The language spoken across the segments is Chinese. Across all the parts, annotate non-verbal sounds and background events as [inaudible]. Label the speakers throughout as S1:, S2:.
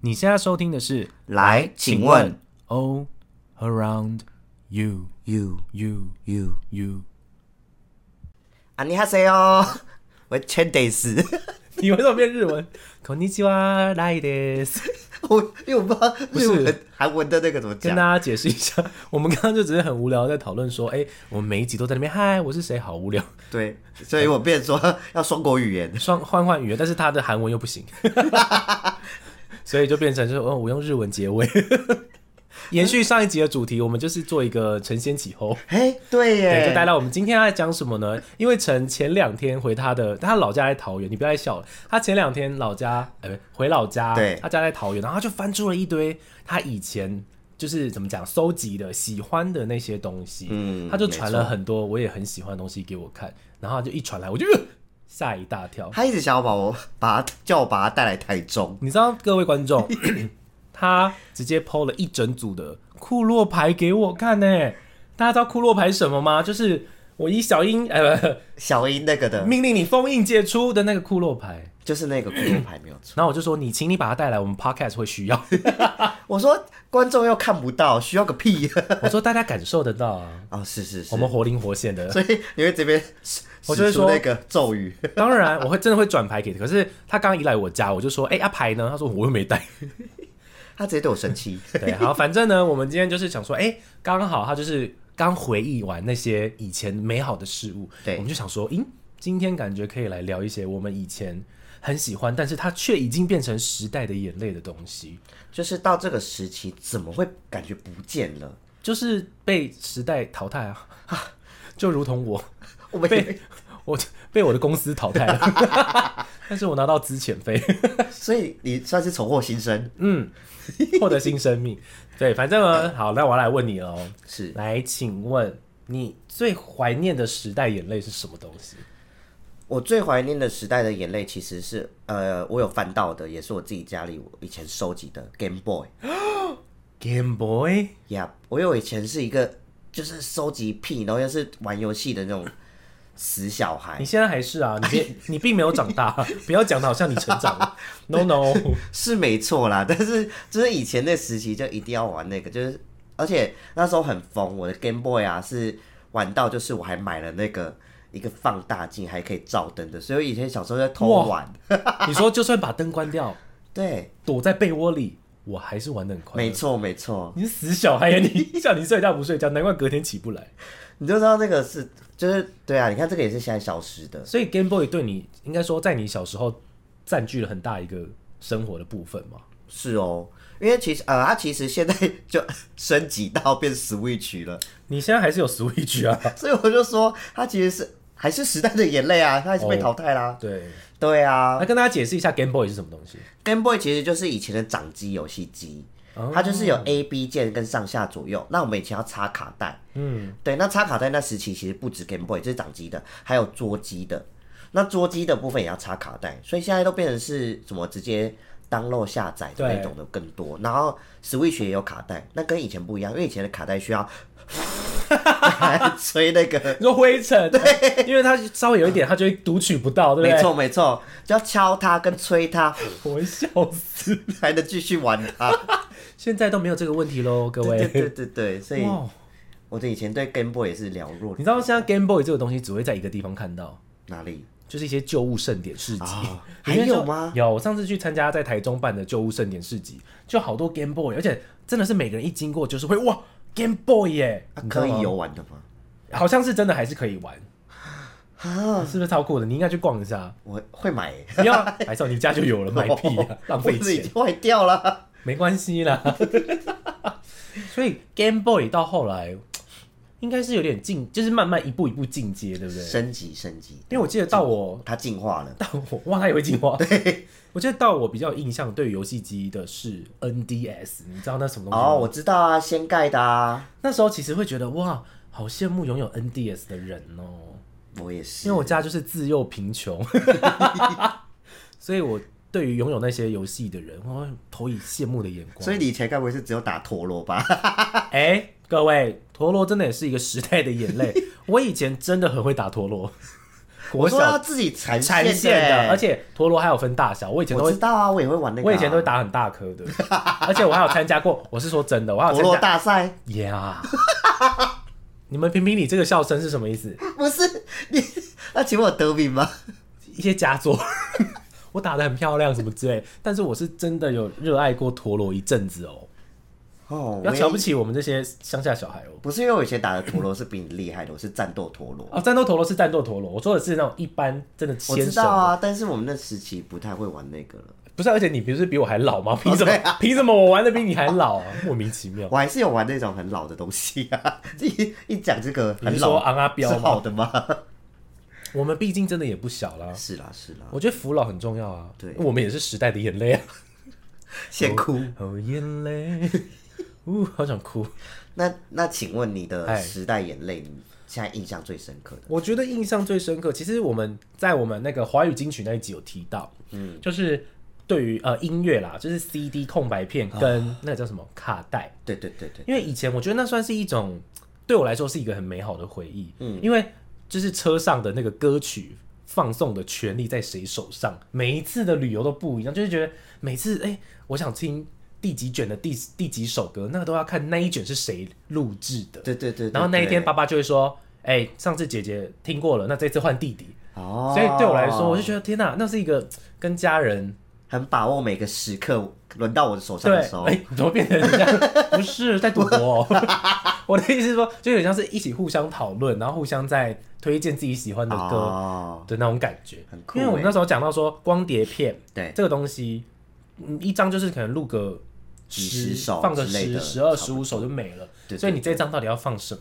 S1: 你现在收听的是，
S2: 来，请问
S1: All，oh, Around You
S2: you
S1: You
S2: you
S1: You，
S2: 안녕하세요，我哦 [laughs] 千得是，
S1: 你为什么变日 [laughs] 文？こんにちは、ライです。
S2: [laughs] 我因为我不知道
S1: 是
S2: 日文韩文的那个怎么
S1: 跟
S2: 讲
S1: 大，家解释一下，我们刚刚就只是很无聊在讨论说，哎、我们每一集都在那边 [laughs] 嗨，我是谁，好无聊，
S2: 对，所以我变成说要双国语 [laughs] 言，
S1: 双换换语言，但是他的韩文又不 [laughs] 行，所以就变成就是，哦，我用日文结 [laughs] 尾。延续上一集的主题，我们就是做一个承先启后。
S2: 哎，对
S1: 对，
S2: 耶，
S1: 就带到我们今天要讲什么呢？因为陈前两天回他的，他老家在桃园，你不要再笑了。他前两天老家，呃，不回老家，
S2: 对
S1: 他家在桃园，然后他就翻出了一堆他以前就是怎么讲搜集的、喜欢的那些东西，
S2: 嗯
S1: 他就传了
S2: 没错
S1: 很多我也很喜欢的东西给我看，然后他就一传来，我就呃吓一大跳。
S2: 他一直想要把我把他叫我把他带来台中，
S1: 你知道各位观
S2: [coughs]
S1: 众，他直接剖了一整组的库洛牌给我看呢、大家知道库洛牌是什么吗？就是我以小樱，呃，不
S2: 小英那个 [laughs] 的，
S1: 命令你封印解除的那个骷髅牌，
S2: 就是那个骷髅牌没有错。
S1: 然后我就说你，请你把它带来，我们 podcast 会需要。 [laughs]
S2: 我说观众又看不到，需要个屁
S1: 我说大家感受得到啊，
S2: [laughs] 哦，是是是
S1: 我，们活灵活现的。
S2: 所以你会这边 [laughs] 使
S1: 我就会
S2: 使出
S1: 说
S2: 那个咒语， [laughs]
S1: [laughs] 当然，我会真的会转牌给他。可是他刚一来我家，我就说，哎、阿牌呢？他说我又没带。
S2: 他直 [laughs] 接对我生气。 [laughs]
S1: 对， [laughs] 好，反正呢，我们今天就是想说，哎、刚好他就是刚回忆完那些以前美好的事物，
S2: 对
S1: 我们就想说，嗯，今天感觉可以来聊一些我们以前很喜欢，但是它却已经变成时代的眼泪的东西。
S2: 就是到这个时期，怎么会感觉不见了？
S1: 就是被时代淘汰啊， [laughs] 就如同我
S2: 我
S1: [laughs]
S2: 们
S1: 被我被我的公司淘汰了， [laughs] 但是我拿到资遣费， [laughs]
S2: 所以你算是重获新生，
S1: 获得新生命。对，反正呢，好，那我要来问你喽，
S2: 是
S1: 来，请问你最怀念的时代眼泪是什么东西？
S2: 我最怀念的时代的眼泪，其实是呃，我有翻到的，也是我自己家里我以前收集的 Game Boy。
S1: Game Boy，
S2: 呀、我有以前是一个就是收集癖，然后又是玩游戏的那种死小孩
S1: [laughs] 你，现在还是啊，你别你并没有长 [laughs] 大，不要讲的好像你成长了，No No，
S2: 是没错啦。但是就是以前那时期就一定要玩那个，就是而且那时候很疯，我的 Game Boy 啊是玩到就是我还买了那个一个放大镜还可以照灯的，所以我以前小时候在偷
S1: 哇
S2: 玩。
S1: 你说就算把灯关掉，
S2: 对，
S1: 躲在被窝里，我还是玩的很快乐
S2: 没。错没错。
S1: 你是死小孩呀！你叫你睡觉不睡觉，难怪隔天起不来。
S2: 你就知道那个是，就是对啊，你看这个也是现在消失的，
S1: 所以 Game Boy 对你应该说，在你小时候占据了很大一个生活的部分嘛。
S2: 是哦，因为其实呃，它其实现在就升级到变 Switch 了，
S1: 你现在还是有 Switch 啊？
S2: 所以我就说它其实是还是时代的眼泪啊，它还是被淘汰啦。
S1: 对，
S2: 对啊
S1: 来跟大家解释一下 Game Boy 是什么东西。
S2: ，Game Boy 其实就是以前的掌机游戏机
S1: 哦。
S2: 它就是有 A、B 键跟上下左右。那我们以前要插卡带，
S1: 嗯，
S2: 对，那插卡带那时期其实不止 Game Boy，这是掌机的，还有桌机的。那桌机的部分也要插卡带，所以现在都变成是什么直接 download 下载的
S1: 对
S2: 那种的更多。然后 Switch 也有卡带，那跟以前不一样，因为以前的卡带需要 [laughs] 吹那个，
S1: 你说灰尘，对，因为它稍微有一点，它就会读取不到，对不
S2: 没
S1: 对？
S2: 错没错，就要敲它跟吹它
S1: 我会笑死。
S2: 才能继续玩它。
S1: 现在都没有这个问题喽，各
S2: 对对
S1: 位。
S2: 对对对，所以
S1: 哇，
S2: 我的以前对 Game Boy 也是了若
S1: 你知道现在 Game Boy 这个东西只会在一个地方看到，
S2: 哪里
S1: 就是一些旧物盛典市集。
S2: 啊？
S1: [laughs] 里
S2: 还
S1: 面就
S2: 有吗？
S1: 有，我上次去参加在台中办的旧物盛典市集，就好多 Game Boy，而且真的是每个人一经过就是会哇 Game Boy 耶、
S2: 啊
S1: 你知道
S2: 可
S1: 吗
S2: 以游，玩的吗？
S1: 好像是真的还是可以玩，
S2: 啊，
S1: 是不是超酷的？你应该去逛一
S2: [laughs]
S1: 下。
S2: 我会买、欸。
S1: 不要，白少你家就有了，买屁
S2: [laughs] 哦
S1: 啊，浪费
S2: 我已
S1: 钱，
S2: 经坏掉了。
S1: 没关系啦。
S2: [laughs]
S1: 所以 Game Boy 到后来应该是有点进，就是慢慢一步一步进阶，对不对？
S2: 升级升级，
S1: 因为我记得到我
S2: 它进化了。
S1: 到我哇，它也会进化。对， [laughs] 我记得到我比较有印象对于游戏机的是 NDS，你知道那什么东西吗？
S2: 哦，我知道啊，掀盖的啊，
S1: 那时候其实会觉得哇，好羡慕拥有 NDS 的人哦，
S2: 我也是。
S1: 因为我家就是自幼贫穷， [laughs] 所以我对于拥有那些游戏的人，我会投以羡慕的眼光。
S2: 所以你以前该不会是只有打陀螺吧？
S1: 哎、 [laughs]
S2: [laughs]
S1: 各位，陀螺真的也是一个时代的眼泪。我以前真的很会打陀螺，国
S2: 说要
S1: 小
S2: 自己缠
S1: 缠
S2: 线
S1: 线的，而
S2: 且
S1: 且陀螺还有分大小，我以前都
S2: 我
S1: 会
S2: 知道啊，我也会玩那个啊、
S1: 我以前都会打很大颗的，而且我还有参加过，我是说真的，我还有
S2: 陀螺
S1: 参加。
S2: 大赛， [laughs]
S1: 呀 [laughs] 你们评评理，这个笑声是什么意思？
S2: 不是你？那请问我得名吗？
S1: 一些佳作， [laughs] 我打的很漂亮什么之类，但是我是真的有热爱过陀螺一阵子哦，
S2: 哦，
S1: 不要
S2: 我也
S1: 瞧不起我们这些乡下小孩哦。
S2: 不是因为我以前打的陀螺是比你厉害的，我是战斗陀螺。
S1: 哦，战斗陀螺是战斗陀螺，我说的是那种一般真的
S2: 我
S1: 牵
S2: 知
S1: 手的，
S2: 道啊，但是我们那时期不太会玩那个了。
S1: 不是啊、而且你不是比我还老
S2: 哦
S1: 吗？凭什么？
S2: 啊
S1: 凭、什么我玩的比你还老、啊？莫名其妙。
S2: 我还是有玩那种很老的东西啊。 [laughs] 一一讲这个
S1: 你
S2: 很
S1: 是
S2: 老，
S1: 说昂阿彪
S2: 是哦
S1: 吗？
S2: 好的吗？
S1: 我们毕竟真的也不小啦。
S2: [laughs] 是啦是啦，
S1: 我觉得服老很重要啊。
S2: 对
S1: 我们也是时代的眼泪啊。
S2: 先哭。
S1: 哦，眼泪， [laughs] 呜，好想哭。
S2: 那那请问你的
S1: 哎
S2: 时代眼泪，你现在印象最深刻的？
S1: 我觉得印象最深刻，其实我们在我们那个华语金曲那一集有提到，嗯，就是对于呃音乐啦，就是 CD 空白片跟那个叫什么卡带，
S2: 对对对对，
S1: 因为以前我觉得那算是一种对我来说是一个很美好的回忆，嗯，因为就是车上的那个歌曲放送的权利在谁手上，每一次的旅游都不一样，就是觉得每次哎、我想听第几卷的第第几首歌，那都要看那一卷是谁录制的，
S2: 对对对。对
S1: 然后那一天
S2: 对
S1: 爸爸就会说，哎、上次姐姐听过了，那这次换弟弟，
S2: 哦，
S1: 所以对我来说，我就觉得天哪，那是一个跟家人
S2: 很把握每个时刻轮到我的手上
S1: 对，
S2: 的
S1: 哎、
S2: 时候，
S1: 怎么变成这样？不是在赌博哦、 [laughs] 我的意思是说，就有点像是一起互相讨论，然后互相在推荐自己喜欢的歌
S2: 哦，
S1: 的那种感觉。
S2: 很酷
S1: 因为我们
S2: 欸
S1: 那时候讲到说，光碟片
S2: 对，
S1: 这个东西，嗯，一张就是可能录个
S2: 几十首
S1: 放个
S2: 之类
S1: 十、
S2: 的
S1: 十二、
S2: 差
S1: 十
S2: 不
S1: 五首就没了。
S2: 对对
S1: 所以你这张到底要放什么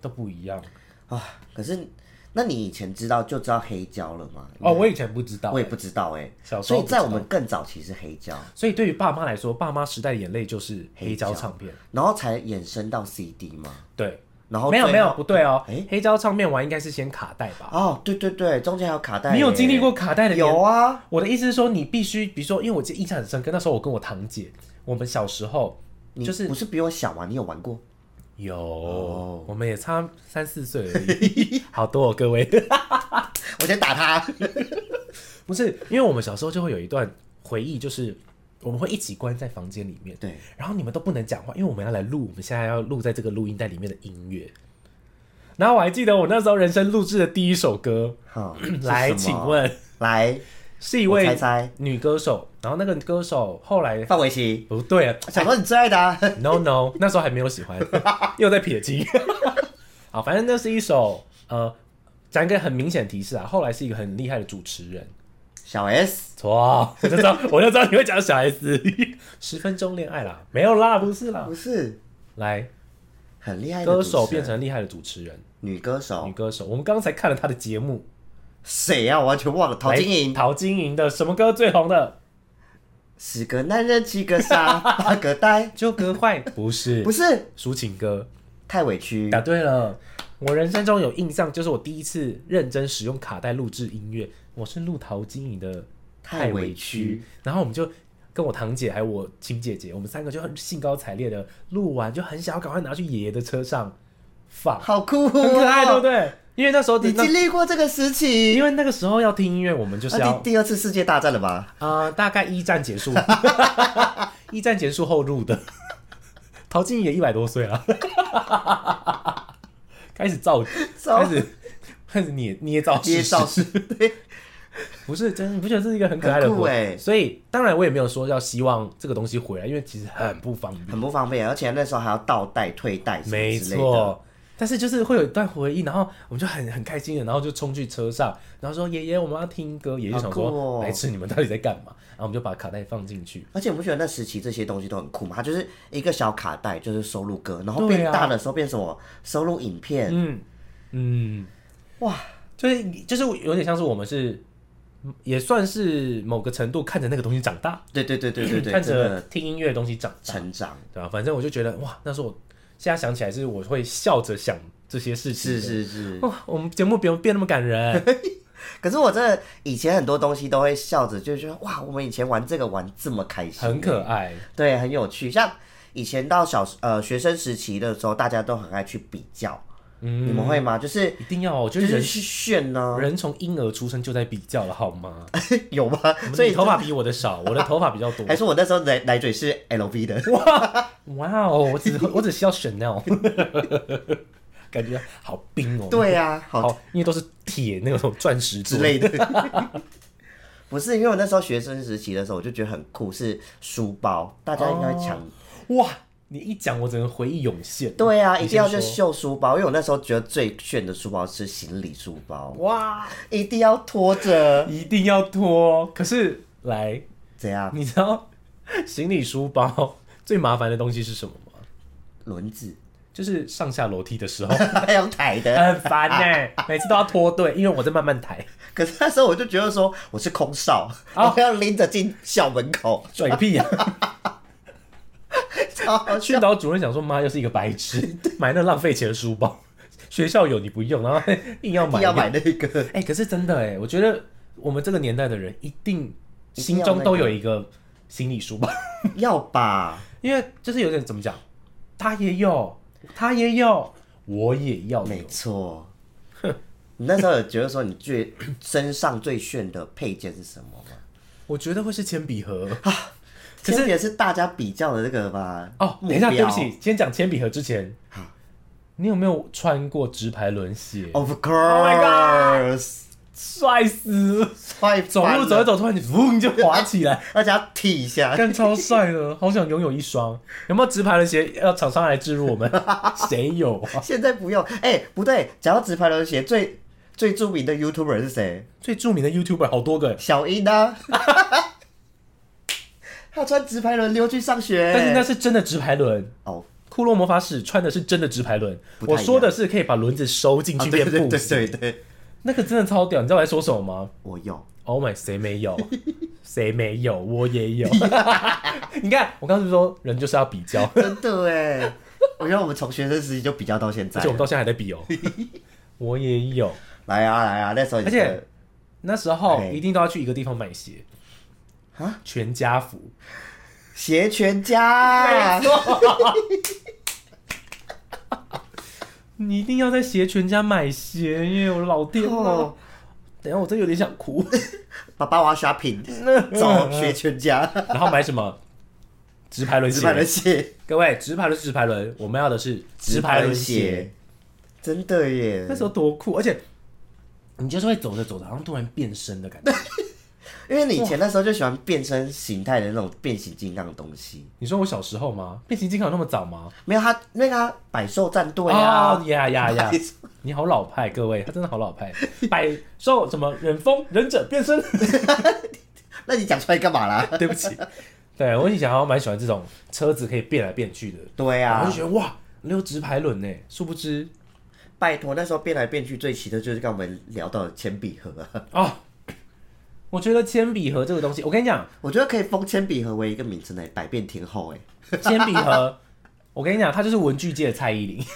S1: 都不一样。
S2: 啊。可是，那你以前知道就知道黑胶了吗？
S1: 哦，我以前不知道
S2: 嗯我，也不知道哎、
S1: 小时
S2: 所
S1: 候
S2: 以
S1: 不
S2: 在
S1: 知
S2: 我们更早期是黑胶，
S1: 所以对于爸妈来说，爸妈时代的眼泪就是黑胶唱片。
S2: 然后才衍生到 CD 嘛。
S1: 对，
S2: 然后
S1: 没有
S2: 最
S1: 没有
S2: 后
S1: 不对哦，
S2: 哎
S1: 黑胶唱片完应该是先卡带吧？
S2: 哦，对对对，中间还有卡带耶、
S1: 你有经历过卡带的年
S2: 哎有啊，
S1: 我的意思是说，你必须，比如说，因为我记得印象很深刻，那时候我跟我堂姐，我们小时候
S2: 你
S1: 就是
S2: 不是比我小吗？你有玩过？ [laughs]
S1: 有，
S2: 哦
S1: 我们也差三四岁而
S2: [laughs]
S1: 已，好多哦，各位。
S2: 我先打他。
S1: [laughs] 不是，因为我们小时候就会有一段回忆，就是我们会一起关在房间里面，
S2: 对，
S1: 然后你们都不能讲话，因为我们要来录，我们现在要录在这个录音带里面的音乐。然后我还记得我那时候人生录制的第一首歌，，
S2: 好
S1: [laughs] 来，
S2: 是什
S1: 请
S2: 么
S1: 问
S2: 来，
S1: 是一
S2: 我
S1: 位
S2: 猜猜
S1: 女歌手，然后那个歌手后来
S2: 范玮琪，
S1: 不对啊，
S2: 想说你最爱的、啊， [laughs]
S1: No No，那时候还没有喜欢，又在撇清。 [laughs] 好，反正那是一首呃，讲一个很明显的提示啊。后来是一个很厉害的主持人，
S2: 小 S，
S1: 错，我就
S2: [laughs]
S1: 知道，我就知道你会讲小 S。十分钟恋爱啦，没有啦，不是啦
S2: 不。是
S1: 来，
S2: 很厉害的
S1: 歌
S2: 主持人
S1: 手变成厉害的主持人，
S2: 女歌
S1: 女
S2: 手，
S1: 歌手。我们刚才看了她的节目，
S2: 谁啊？我完全忘了，陶
S1: 来
S2: 晶莹。
S1: 陶晶莹的什么歌最红的？
S2: 十个男人七个傻，
S1: [laughs]
S2: 八个呆，
S1: 就歌坏，不是
S2: 不，是
S1: 抒情歌。
S2: 太委屈
S1: 答对了，我人生中有印象，就是我第一次认真使用卡带录制音乐，我是录陶晶莹的《
S2: 太委
S1: 屈
S2: 屈》，
S1: 然后我们就跟我堂姐还有我亲姐姐，我们三个就很兴高采烈的录完，就很想要赶快拿去爷爷的车上放，
S2: 好酷、哦，
S1: 很可爱，对不对？因为那时候
S2: 你
S1: 那
S2: 经历过这个时期
S1: 因，为那个时候要听音乐，我们就是啊
S2: 那
S1: 要
S2: 呃第第二次世界大战了吧？
S1: 呃，大概一战结
S2: [laughs]
S1: 束，一战结束后入的。陶晶莹也一百多岁了， [laughs] 开始造，
S2: 造
S1: 开始开始捏捏造
S2: 捏造
S1: 事实，
S2: 对，
S1: 不是真的，你不觉得这是一个很可爱的
S2: 很酷
S1: 活
S2: 欸
S1: 所以当然我也没有说要希望这个东西回来，因为其实很不方便，
S2: 很不方便，而且那时候还要倒带、退带什么
S1: 没
S2: 之类的。
S1: 错。但是就是会有一段回忆，然后我们就很很开心的，然后就冲去车上，然后说爷爷我们要听歌，爷爷就想
S2: 好
S1: 说
S2: 酷哦
S1: 白痴你们到底在干嘛？然后我们就把卡带放进去，
S2: 而且你不觉得那时期这些东西都很酷吗？它就是一个小卡带，就是收录歌，然后
S1: 对啊
S2: 变大的时候变什么收录影片，
S1: 嗯，嗯，
S2: 哇，
S1: 就是就是有点像是我们是，也算是某个程度看着那个东西长大，
S2: 对对对对对对，
S1: 看
S2: 真
S1: 着啊
S2: 的
S1: 听音乐的东西长大，
S2: 成长，
S1: 对吧、反正我就觉得哇，那时候我现在想起来是我会笑着想这些事情
S2: 是
S1: 的。
S2: 是是。
S1: 哇，我们节目不用变那么感人，
S2: [laughs] 可是我真的以前很多东西都会笑着，就觉得哇，我们以前玩这个玩这么开心，
S1: 很可爱。
S2: 对，很有趣。像以前到小时呃学生时期的时候，大家都很爱去比较，
S1: 嗯
S2: 你们会吗？就是
S1: 一定要啊，我觉
S2: 就
S1: 得
S2: 是
S1: 人
S2: 去炫呢、
S1: 人从婴儿出生就在比较了，好吗？
S2: 有吗？所
S1: 所
S2: 以
S1: 以头发比我的
S2: [laughs]
S1: 少，我的头发比较多
S2: 还。是我那时候奶奶嘴是 LV 的，
S1: 哇哦，我只
S2: [laughs]
S1: 我只需要 Chanel，感觉好冰哦。
S2: 对啊，好
S1: 好，因为都是铁那种钻石
S2: 之
S1: 做的
S2: 类的。 [laughs] 不是，因为我那时候学生时期的时候，我就觉得很酷，是书包，大家应该会抢。
S1: 哇，你一讲我整个回忆涌现。
S2: 对啊，
S1: 你
S2: 一定
S1: 先
S2: 要去
S1: 说
S2: 秀书包，因为我那时候觉得最炫的书包是行李书包，
S1: 哇，
S2: 一定要拖 [laughs] 着。
S1: 一定要拖。可是来，
S2: 怎样？
S1: [laughs] 你知道行李书包最麻烦的东西是什么吗？
S2: 轮子 [laughs]
S1: 就是上下楼梯的时候
S2: 还要抬的。
S1: 很烦呢、每次都要拖队，因为我在慢慢抬。
S2: 可是那时候我就觉得说我是空少，我要拎着进校门口，
S1: 拽屁啊！
S2: 超好
S1: 训导主任想说，妈又是一个白痴，买那浪费钱的书包，学校有你不用，然后 [laughs] 硬要买。
S2: 要买那个。 [laughs]
S1: 哎、可是真的哎、我觉得我们这个年代的人一定
S2: 一定
S1: 心
S2: 要
S1: 中都
S2: 那个
S1: 有一个行李书包。
S2: 要吧？
S1: 因为就是有点怎么讲，他也有，他也有，我也要有
S2: 没错。你那时候有觉得说你最 [coughs] 身上最炫的配件是什么吗？
S1: 我觉得会是铅笔盒。可
S2: 可
S1: 是
S2: 是也是大家比较的那个吧？
S1: 哦，
S2: 目
S1: 等一下，对
S2: 标
S1: 不起，先讲铅笔盒之前，你有没有穿过直排轮鞋？
S2: ，Of
S1: my
S2: course，
S1: 哦帅、死！
S2: 帅、
S1: 走路走一，走，突然你嗡就滑起 [laughs] 来，
S2: 而且要踢一下。
S1: 干超帅的，好想拥有一双。有没有直排轮鞋？要厂商来置入我 [laughs] 们？谁有啊？
S2: 现在不用，哎、不对，讲到直排轮鞋，最最著名的 YouTuber 是谁？
S1: 最著名的 YouTuber 好多个，
S2: 小英
S1: [laughs]
S2: 啊，他穿直排轮溜去上学。
S1: 但是那是真的直排轮。
S2: 哦，
S1: 库洛魔法使穿的是真的直排轮，
S2: 不太一
S1: 我
S2: 样
S1: 说的是可以把轮子收进
S2: 啊
S1: 去
S2: 对
S1: 变
S2: 对
S1: 步
S2: 对
S1: 行
S2: 对对，
S1: 那个真的超屌，你知道我在说什么吗
S2: 我有，
S1: ？Oh my，谁没有？谁没有？我也 [laughs] 有。你看，我刚刚是说人就是要比 [laughs] 较，
S2: 真的哎，我觉得我们从学生时期就比较到现在
S1: 而且我。们到现在还在 [laughs] 比哦。我也有，
S2: 来啊来啊，那时候
S1: 而且那时候
S2: 哎
S1: 一定都要去一个地方买鞋
S2: 啊，
S1: 全家福。
S2: 鞋全家，
S1: 你一定要在鞋全家买鞋耶！我老天哦
S2: 哦，
S1: 等一下我真有点想哭。
S2: 爸爸我要 shopping，走鞋全家，
S1: [laughs] 然后买什么？直排轮鞋。
S2: 直排轮鞋，
S1: 各位，直排轮是直排轮，我们要的是直排轮鞋。，
S2: 真的耶
S1: 那！时候多酷，而且你就是会走着走着，好像突然变身的感觉。
S2: 因为你以前那时候就喜欢变身形态的那种变形金刚的东西，
S1: 你说我小时候吗？变形金刚有那么早吗？
S2: 没有他那个啊百兽战队啊 [laughs]
S1: 哦，呀呀呀
S2: 百！兽
S1: 你好老派，各位，他真的好老派。百兽什么忍风忍者变身？ [laughs]
S2: 那你讲出来干嘛啦？
S1: 对不起，对我以前好像蛮喜欢这种车子可以变来变去的，
S2: 对
S1: 我
S2: 啊
S1: 就，觉得哇，溜直排轮呢。殊不知
S2: 拜托，那时候变来变去最奇的就是刚我们聊到的铅笔盒啊，
S1: 哦，我觉得铅笔盒这个东西，我跟你讲，
S2: 我觉得可以封铅笔盒为一个名称来百变天后哎，
S1: [laughs] 铅笔盒，我跟你讲，它就是文具界的蔡依林。
S2: [laughs]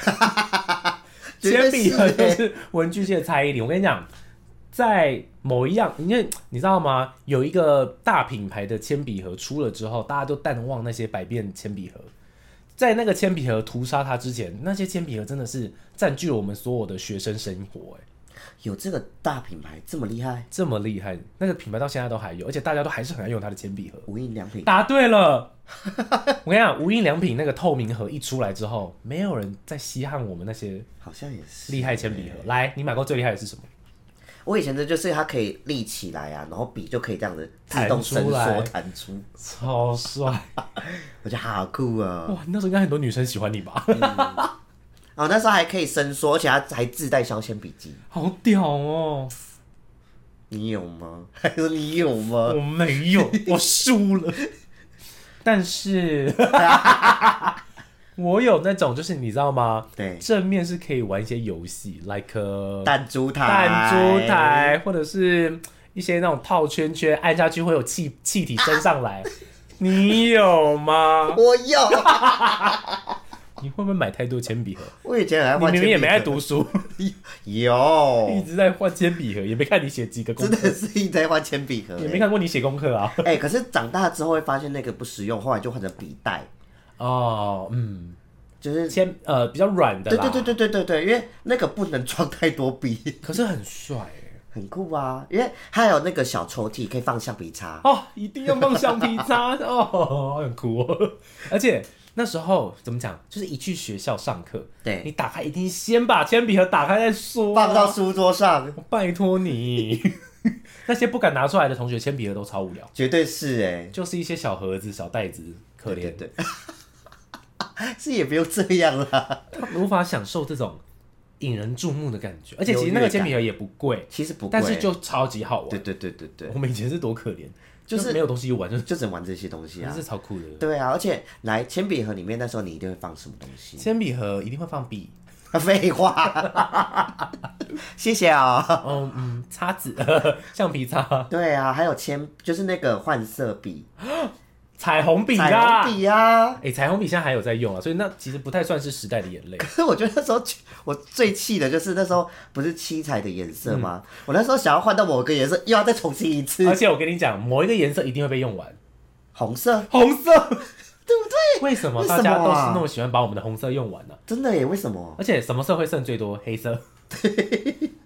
S2: 绝对
S1: 铅
S2: 是
S1: 笔盒就是文具界的蔡依林。我跟你讲，在某一样，因为你知道吗？有一个大品牌的铅笔盒出了之后，大家都淡忘那些百变铅笔盒。在那个铅笔盒屠杀它之前，那些铅笔盒真的是占据了我们所有的学生生活、哎，
S2: 有这个大品牌这么厉害，
S1: 这么厉害，那个品牌到现在都还有，而且大家都还是很爱用它的铅笔盒。
S2: 无印良品
S1: 答对了。我跟你讲，无印良品那个透明盒一出来之后，没有人在稀罕我们那些
S2: 好像也是
S1: 厉害铅笔盒。来，你买过最厉害的是什么？
S2: 我以前的就是它可以立起来啊，然后笔就可以这样子自
S1: 弹
S2: 动
S1: 出
S2: 伸
S1: 来
S2: 缩弹出，
S1: 超帅！哇，
S2: 我觉得好酷啊！
S1: 你那时候应该很多女生喜欢你吧？
S2: 哦，那时候还可以伸缩，而且它还自带削铅笔机，
S1: [laughs] 好屌哦！
S2: 你有吗？ [laughs] 还说你有吗？
S1: 我没 [laughs] 有，我输了。但是， [laughs] 我有那种，就是你知道吗？
S2: 对，
S1: 正面是可以玩一些游戏，like 呃 a
S2: 弹珠台，
S1: 弹珠，台，或者是一些那种套圈圈，按下去会有气气体升上
S2: [laughs]
S1: 来。你有吗？
S2: 我有。
S1: 你会不会买太多铅笔盒？
S2: 我以前很爱
S1: 你
S2: 换铅
S1: 明明
S2: 笔盒，
S1: 也没爱读书， [laughs] 一
S2: 有，
S1: 直在换铅笔盒，也没看你写几个功
S2: 真
S1: 课，
S2: 的是一直在换铅笔盒、
S1: 也没
S2: 欸。
S1: 看过你写功课啊。
S2: 哎、可是长大之后会发现那个不实用，后来就换成笔袋，
S1: 哦，嗯，
S2: 就是
S1: 铅呃比较软的
S2: 对
S1: 啦，
S2: 对对对对对对，因为那个不能装太多笔，
S1: 可是很帅欸
S2: [laughs] 很酷啊，因为还有那个小抽屉可以放橡皮擦，
S1: 哦，一定要放橡皮擦 [laughs] 哦，很酷哦。而且那时候怎么讲，就是一去学校上课，
S2: 对
S1: 你打开一定先把铅笔盒打开再说、
S2: 哎
S1: 啊
S2: 放到，书桌上，
S1: 拜托你。 [laughs] 那些不敢拿出来的同学，铅笔盒都超无聊，
S2: 绝对是哎、
S1: 就是一些小盒子、小袋子，可
S2: 对
S1: 怜
S2: 对对，是也不用这样啦， [laughs]
S1: 他无法享受这种引人注目的感觉。而且其实那个
S2: 优越感
S1: 铅笔盒也不贵，
S2: 其实不贵，
S1: 但是就超级好玩。
S2: 对对对对对，
S1: 我们以前是多可怜，就
S2: 就
S1: 是是没有东西玩，就是
S2: 就只能玩这些东西
S1: 真
S2: 啊
S1: 是，超酷的。
S2: 对啊，而且来铅笔盒里面那时候你一定会放什么东西？ [laughs]
S1: 铅笔盒一定会放笔，
S2: 废话， [laughs] 谢谢啊、
S1: [laughs] 哦嗯，擦子、 [laughs] 橡皮擦、
S2: 对啊，还有铅，就是那个换色笔、
S1: 彩虹笔
S2: 彩
S1: 啦。
S2: 虹笔啊。
S1: 哎、彩虹笔现在还有在用啊，所以那其实不太算是时代的眼泪
S2: 可。是我觉得那时候我最气的就是那时候不是七彩的颜色吗？
S1: 嗯
S2: 我那时候想要换到某个颜色，又要再重新一次
S1: 而且我跟你讲，某一个颜色一定会被用完，
S2: 红色，
S1: 红色，
S2: 对不对？
S1: 为什么
S2: 为什么
S1: 大
S2: 啊
S1: 家都是那么喜欢把我们的红色用完呢、
S2: 真的耶？为什么？
S1: 而且什么色会剩最多？黑
S2: [laughs]
S1: 色，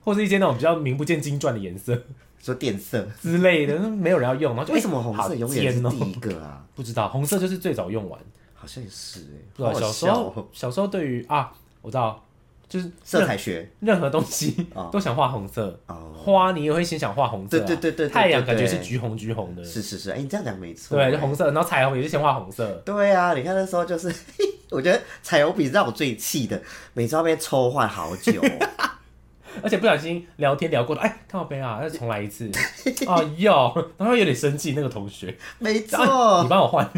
S1: 或是一些那种比较名不见经传的颜色
S2: 说电色，
S1: 之类的，那没有人要用，然后就
S2: [laughs] 为什么红色永远是
S1: 好尖
S2: 第
S1: 哦
S2: 一个啊？
S1: 不知道，红色就是最早用完。
S2: 好像也是哎，
S1: 不知道哦啊
S2: 好
S1: 小
S2: 好
S1: 时
S2: 笑
S1: 候
S2: 哦，
S1: 小时候对于啊，我知道，就是
S2: 色
S1: 任
S2: 彩学
S1: 任何东西
S2: [laughs] 哦
S1: 都想画红色，
S2: 哦，
S1: 花你也会先想画红色啊，
S2: 对对对对对
S1: 太阳
S2: 对
S1: 感
S2: 对
S1: 觉是橘红橘红的，
S2: 是是是，哎，你这样讲没错，
S1: 对，就红色，然后彩虹也是先画红色，
S2: 对啊，你看那时候就是， [laughs] 我觉得彩虹笔是让我最气的，每次要被抽换好久。哦
S1: [laughs] 而且不小心聊天聊过的，哎，看我杯啊，再重来一次，啊哟， [laughs] 然后有点生气那个同学，
S2: 没
S1: 啊你
S2: 错，
S1: 帮我换，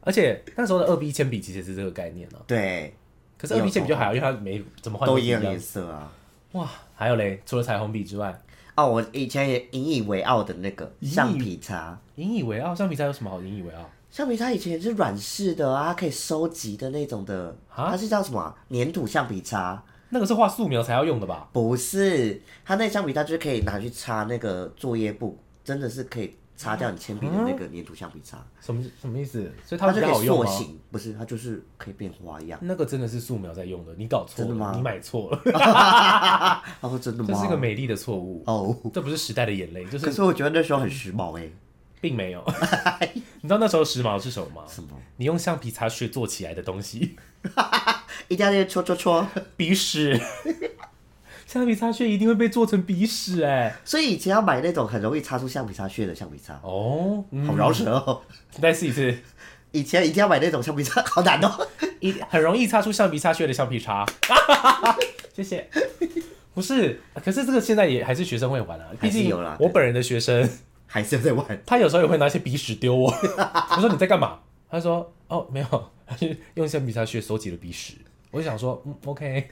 S1: 而且那时候的二 B 铅笔其实也是这个概念啊，
S2: 对，
S1: 可是二
S2: 没
S1: B
S2: 有
S1: 铅笔就还好，因为它没怎么换
S2: 都
S1: 是
S2: 一样
S1: 样
S2: 颜，色啊。
S1: 哇，还有嘞，除了彩虹笔之外，
S2: 哦，我以前也引以为傲的那个
S1: 引以
S2: 橡皮擦，
S1: 引以为傲，啊橡皮擦有什么好引啊以为傲？
S2: 橡皮擦以前也是软式的啊，可以收集的那种的，
S1: 啊
S2: 它是叫什么啊、粘土橡皮擦？
S1: 那个是画素描才要用的吧？
S2: 不是，它那橡皮擦就是可以拿去擦那个作业簿，真的是可以擦掉你铅笔的那个粘土橡皮擦，
S1: 什么什么意思？所以啊它
S2: 它
S1: 比
S2: 就
S1: 较
S2: 可
S1: 好
S2: 以
S1: 用
S2: 塑
S1: 吗？
S2: 形，不是，它就是可以变花样。
S1: 那个真的是素描在用的，你搞错
S2: 真的
S1: 了
S2: 吗，
S1: 你买错了，
S2: 哦，真的吗？
S1: 这是个美丽的错误，
S2: 哦。
S1: 这不是时代的眼泪，就
S2: 可
S1: 是
S2: 是我觉得那时候很时髦哎、
S1: 并没
S2: [laughs]
S1: 有。你知道那时候时髦是什么吗？
S2: 什么？
S1: 你用橡皮擦屑做起来的东
S2: [laughs]
S1: 西，
S2: 一定要那个戳戳戳。
S1: 鼻屎。橡皮擦屑一定会被做成鼻屎哎、
S2: [laughs] 所以以前要买那种很容易擦出橡皮擦屑的橡皮擦，
S1: 哦，嗯
S2: 好饶舌哦。
S1: 再试一次，
S2: 以前一定要买那种橡皮擦，好难哦。
S1: 一很容易擦出橡皮擦屑的橡皮擦。 [laughs] 谢谢。不是，可是这个现在也还是学生会玩啊，
S2: 还
S1: 毕
S2: 是
S1: 竟
S2: 有啦
S1: 我
S2: 对
S1: 本人的学生，
S2: [laughs] 还是有在玩，
S1: 他有时候也会拿一些鼻屎丢我。我说你在干嘛？他说哦没有， [laughs] 他是用橡皮擦屑收集了鼻屎。我就想说嗯 OK，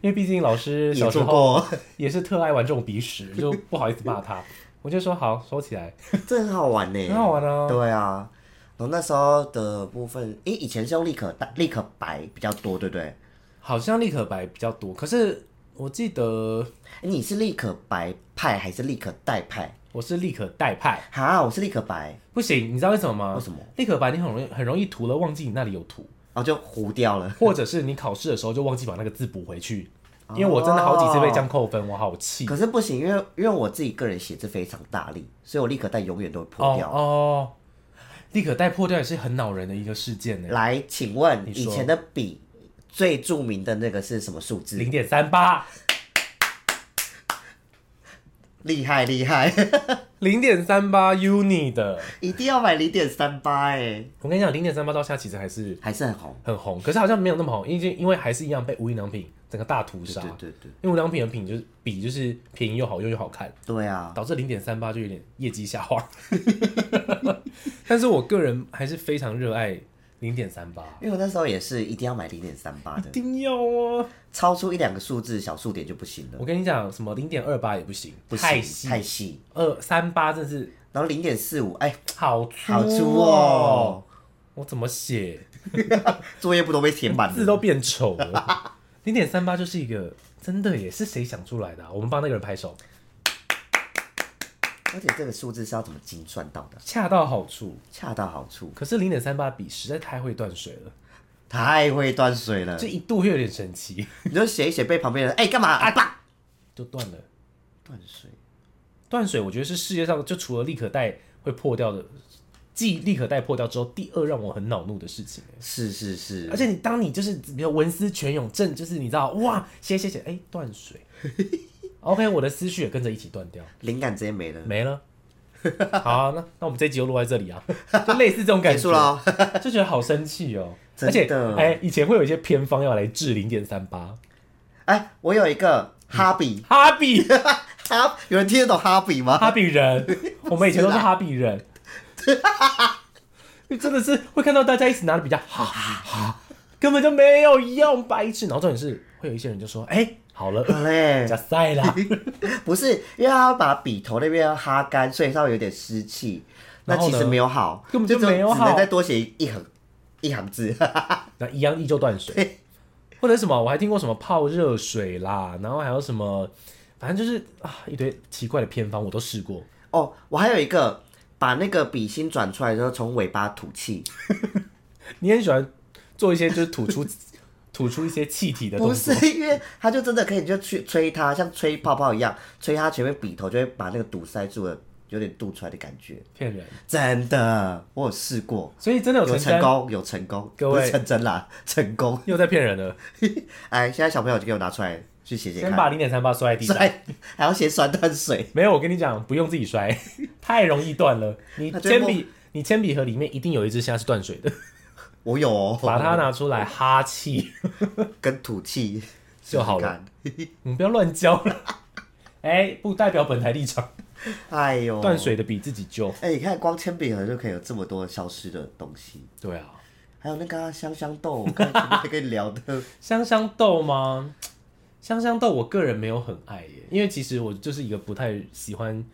S1: 因为毕竟老师
S2: 也
S1: 小时
S2: 做
S1: 候
S2: 过， [laughs]
S1: [laughs] 也是特爱玩这种鼻屎，就不好意思骂他。我就说好收起来，
S2: 这很好玩呢、
S1: 很好玩啊。
S2: 对啊，然后那时候的部分，诶、以前是用立可大、立可白比较多，对不对？
S1: 好像立可白比较多，可是我记得
S2: 诶你是立可白派还是立可带派？
S1: 我是立可带派。
S2: 哈，我是立可白，
S1: 不行，你知道为什么吗？
S2: 为什么？
S1: 立可白你很容易很容易涂了，忘记你那里有
S2: [laughs]
S1: 涂，
S2: 然哦后就糊掉了。
S1: 或者是你考试的时候就忘记把那个字补回去。因为我真的好几次被这样扣分，我好气。
S2: 哦可是不行，因为因为我自己个人写字非常大力，所以我立可带永远都会破
S1: 哦
S2: 掉。
S1: 哦，立可带破掉也是很恼人的一个事件呢。
S2: 来，请问
S1: 你
S2: 以
S1: 说
S2: 前的笔最著名的那个是什么数字
S1: 零？点三八，
S2: 厉害厉害，
S1: 零点三八 uni 的，
S2: 一定要买零点三八哎，
S1: 我跟你讲，零点三八到现在其实还是
S2: 还是很红。
S1: 很红，可是好像没有那么红，因为因为还是一样被无印良品整个大屠杀。
S2: 对对对，
S1: 因为无印良品的品就是笔就是便宜又好用又好看，
S2: 对啊，
S1: 导致零点三八就有点业绩下
S2: [laughs]
S1: 滑。但是我个人还是非常热爱零点三八，
S2: 因为我那时候也是一定要买零点三八的
S1: 一，定要啊！
S2: 超出一两个数字小数点就不行了，
S1: 我跟你讲，什么零点二八也不行，
S2: 不行
S1: 太细，
S2: 太细。
S1: 二三八真是
S2: 然后零点四五，哎，
S1: 好粗、
S2: 好粗哦，
S1: 我怎么写
S2: 作业簿都被填满
S1: 字
S2: 了。
S1: 都变丑了。零点三八就是一个真的耶，是谁想出来的啊、我们帮那个人拍手，
S2: 而且这个数字是要怎么精算到的？
S1: 恰到好处。
S2: 恰到好处。
S1: 可是零点三八笔实在太会断水了，
S2: 太会断水了
S1: 这，一度会有点神奇，
S2: 你就写一写被旁边人哎干、嘛啊爸
S1: 就断了。
S2: 断水，
S1: 断水，我觉得是世界上就除了立可带会破掉的，继立可带破掉之后，第二让我很恼怒的事情。
S2: 是是是，
S1: 而且你当你就是比如文思泉涌症，就是你知道哇，写写写，哎，断水
S2: [laughs]
S1: ，OK，我的思绪也跟着一起断掉，
S2: 灵感直接没了，
S1: 没
S2: [laughs]
S1: 了。好啊、那那我们这一集就录在这里啊，就类似这种感
S2: 结
S1: 觉，
S2: 束了哦。
S1: 就觉得好生气哦。
S2: 真
S1: 而且，
S2: 的
S1: 哎、以前会有一些偏方要来治零点三八，
S2: 哎，我有一个哈比，
S1: 哈比
S2: 哈，有人听得懂哈比
S1: [laughs]
S2: 吗？
S1: 哈比人，我们以前都是哈比 [laughs] 人，就真的是会看到大家一直拿的比较 [laughs] 好，好根本就没有用，白痴。然后重点是，会有一些人就说，哎、好了， [laughs]
S2: 嘞
S1: 加，塞啦， [laughs]
S2: 不是，因为他把笔头那边要哈干，所以稍微有点湿气。那
S1: 然后
S2: 其
S1: 呢
S2: 实没有好，
S1: 根本就
S2: 只
S1: 没有好
S2: 只能再多写一行一行字。 [laughs]
S1: 那一样依旧断 [laughs] 水，或者什么，我还听过什么泡热水啦，然后还有什么，反正就是啊一堆奇怪的偏方，我都试过。
S2: 哦，我还有一个，把那个笔芯转出来之后，从尾巴吐气。
S1: 你很喜欢做一些就是吐 [laughs] 出吐出一些气体的
S2: 不
S1: 东西，
S2: 是，因为它就真的可以就去吹它，像吹泡泡一样，吹它前面笔头就会把那个堵塞住了，有点堵出来的感觉。
S1: 骗人。
S2: 真的，我有试过，
S1: 所以真的有
S2: 有
S1: 承
S2: 成
S1: 担，
S2: 功，有成功，
S1: 各
S2: 不
S1: 位
S2: 是成真啦，成功。
S1: 又在骗人了。
S2: 哎，现在小朋友就给我拿出来去写写
S1: 先
S2: 看，
S1: 把零点三八摔在地上。
S2: 摔还要先酸断水，
S1: 没有，我跟你讲，不用自己
S2: [laughs]
S1: 摔，太容易断了。你
S2: 那最
S1: 铅
S2: 后
S1: 笔，你铅笔盒里面一定有一支现在是断
S2: [laughs]
S1: 水的，
S2: [laughs] 我有、哦，
S1: 把它拿出来哈气，
S2: 跟吐气
S1: 就好了。
S2: 试试
S1: 你不要乱教
S2: [laughs]
S1: 了。哎、不代表本台立场，
S2: 看。哎呦，
S1: 断。水的比自己救。
S2: 哎，你看光铅笔盒就可以有这么多消失的东西，
S1: 对啊，
S2: 还有那个啊、香香豆，我刚才前面跟你聊的，
S1: [laughs] 香香豆吗？香香豆，我个人没有很爱耶，因为其实我就是一个不太喜欢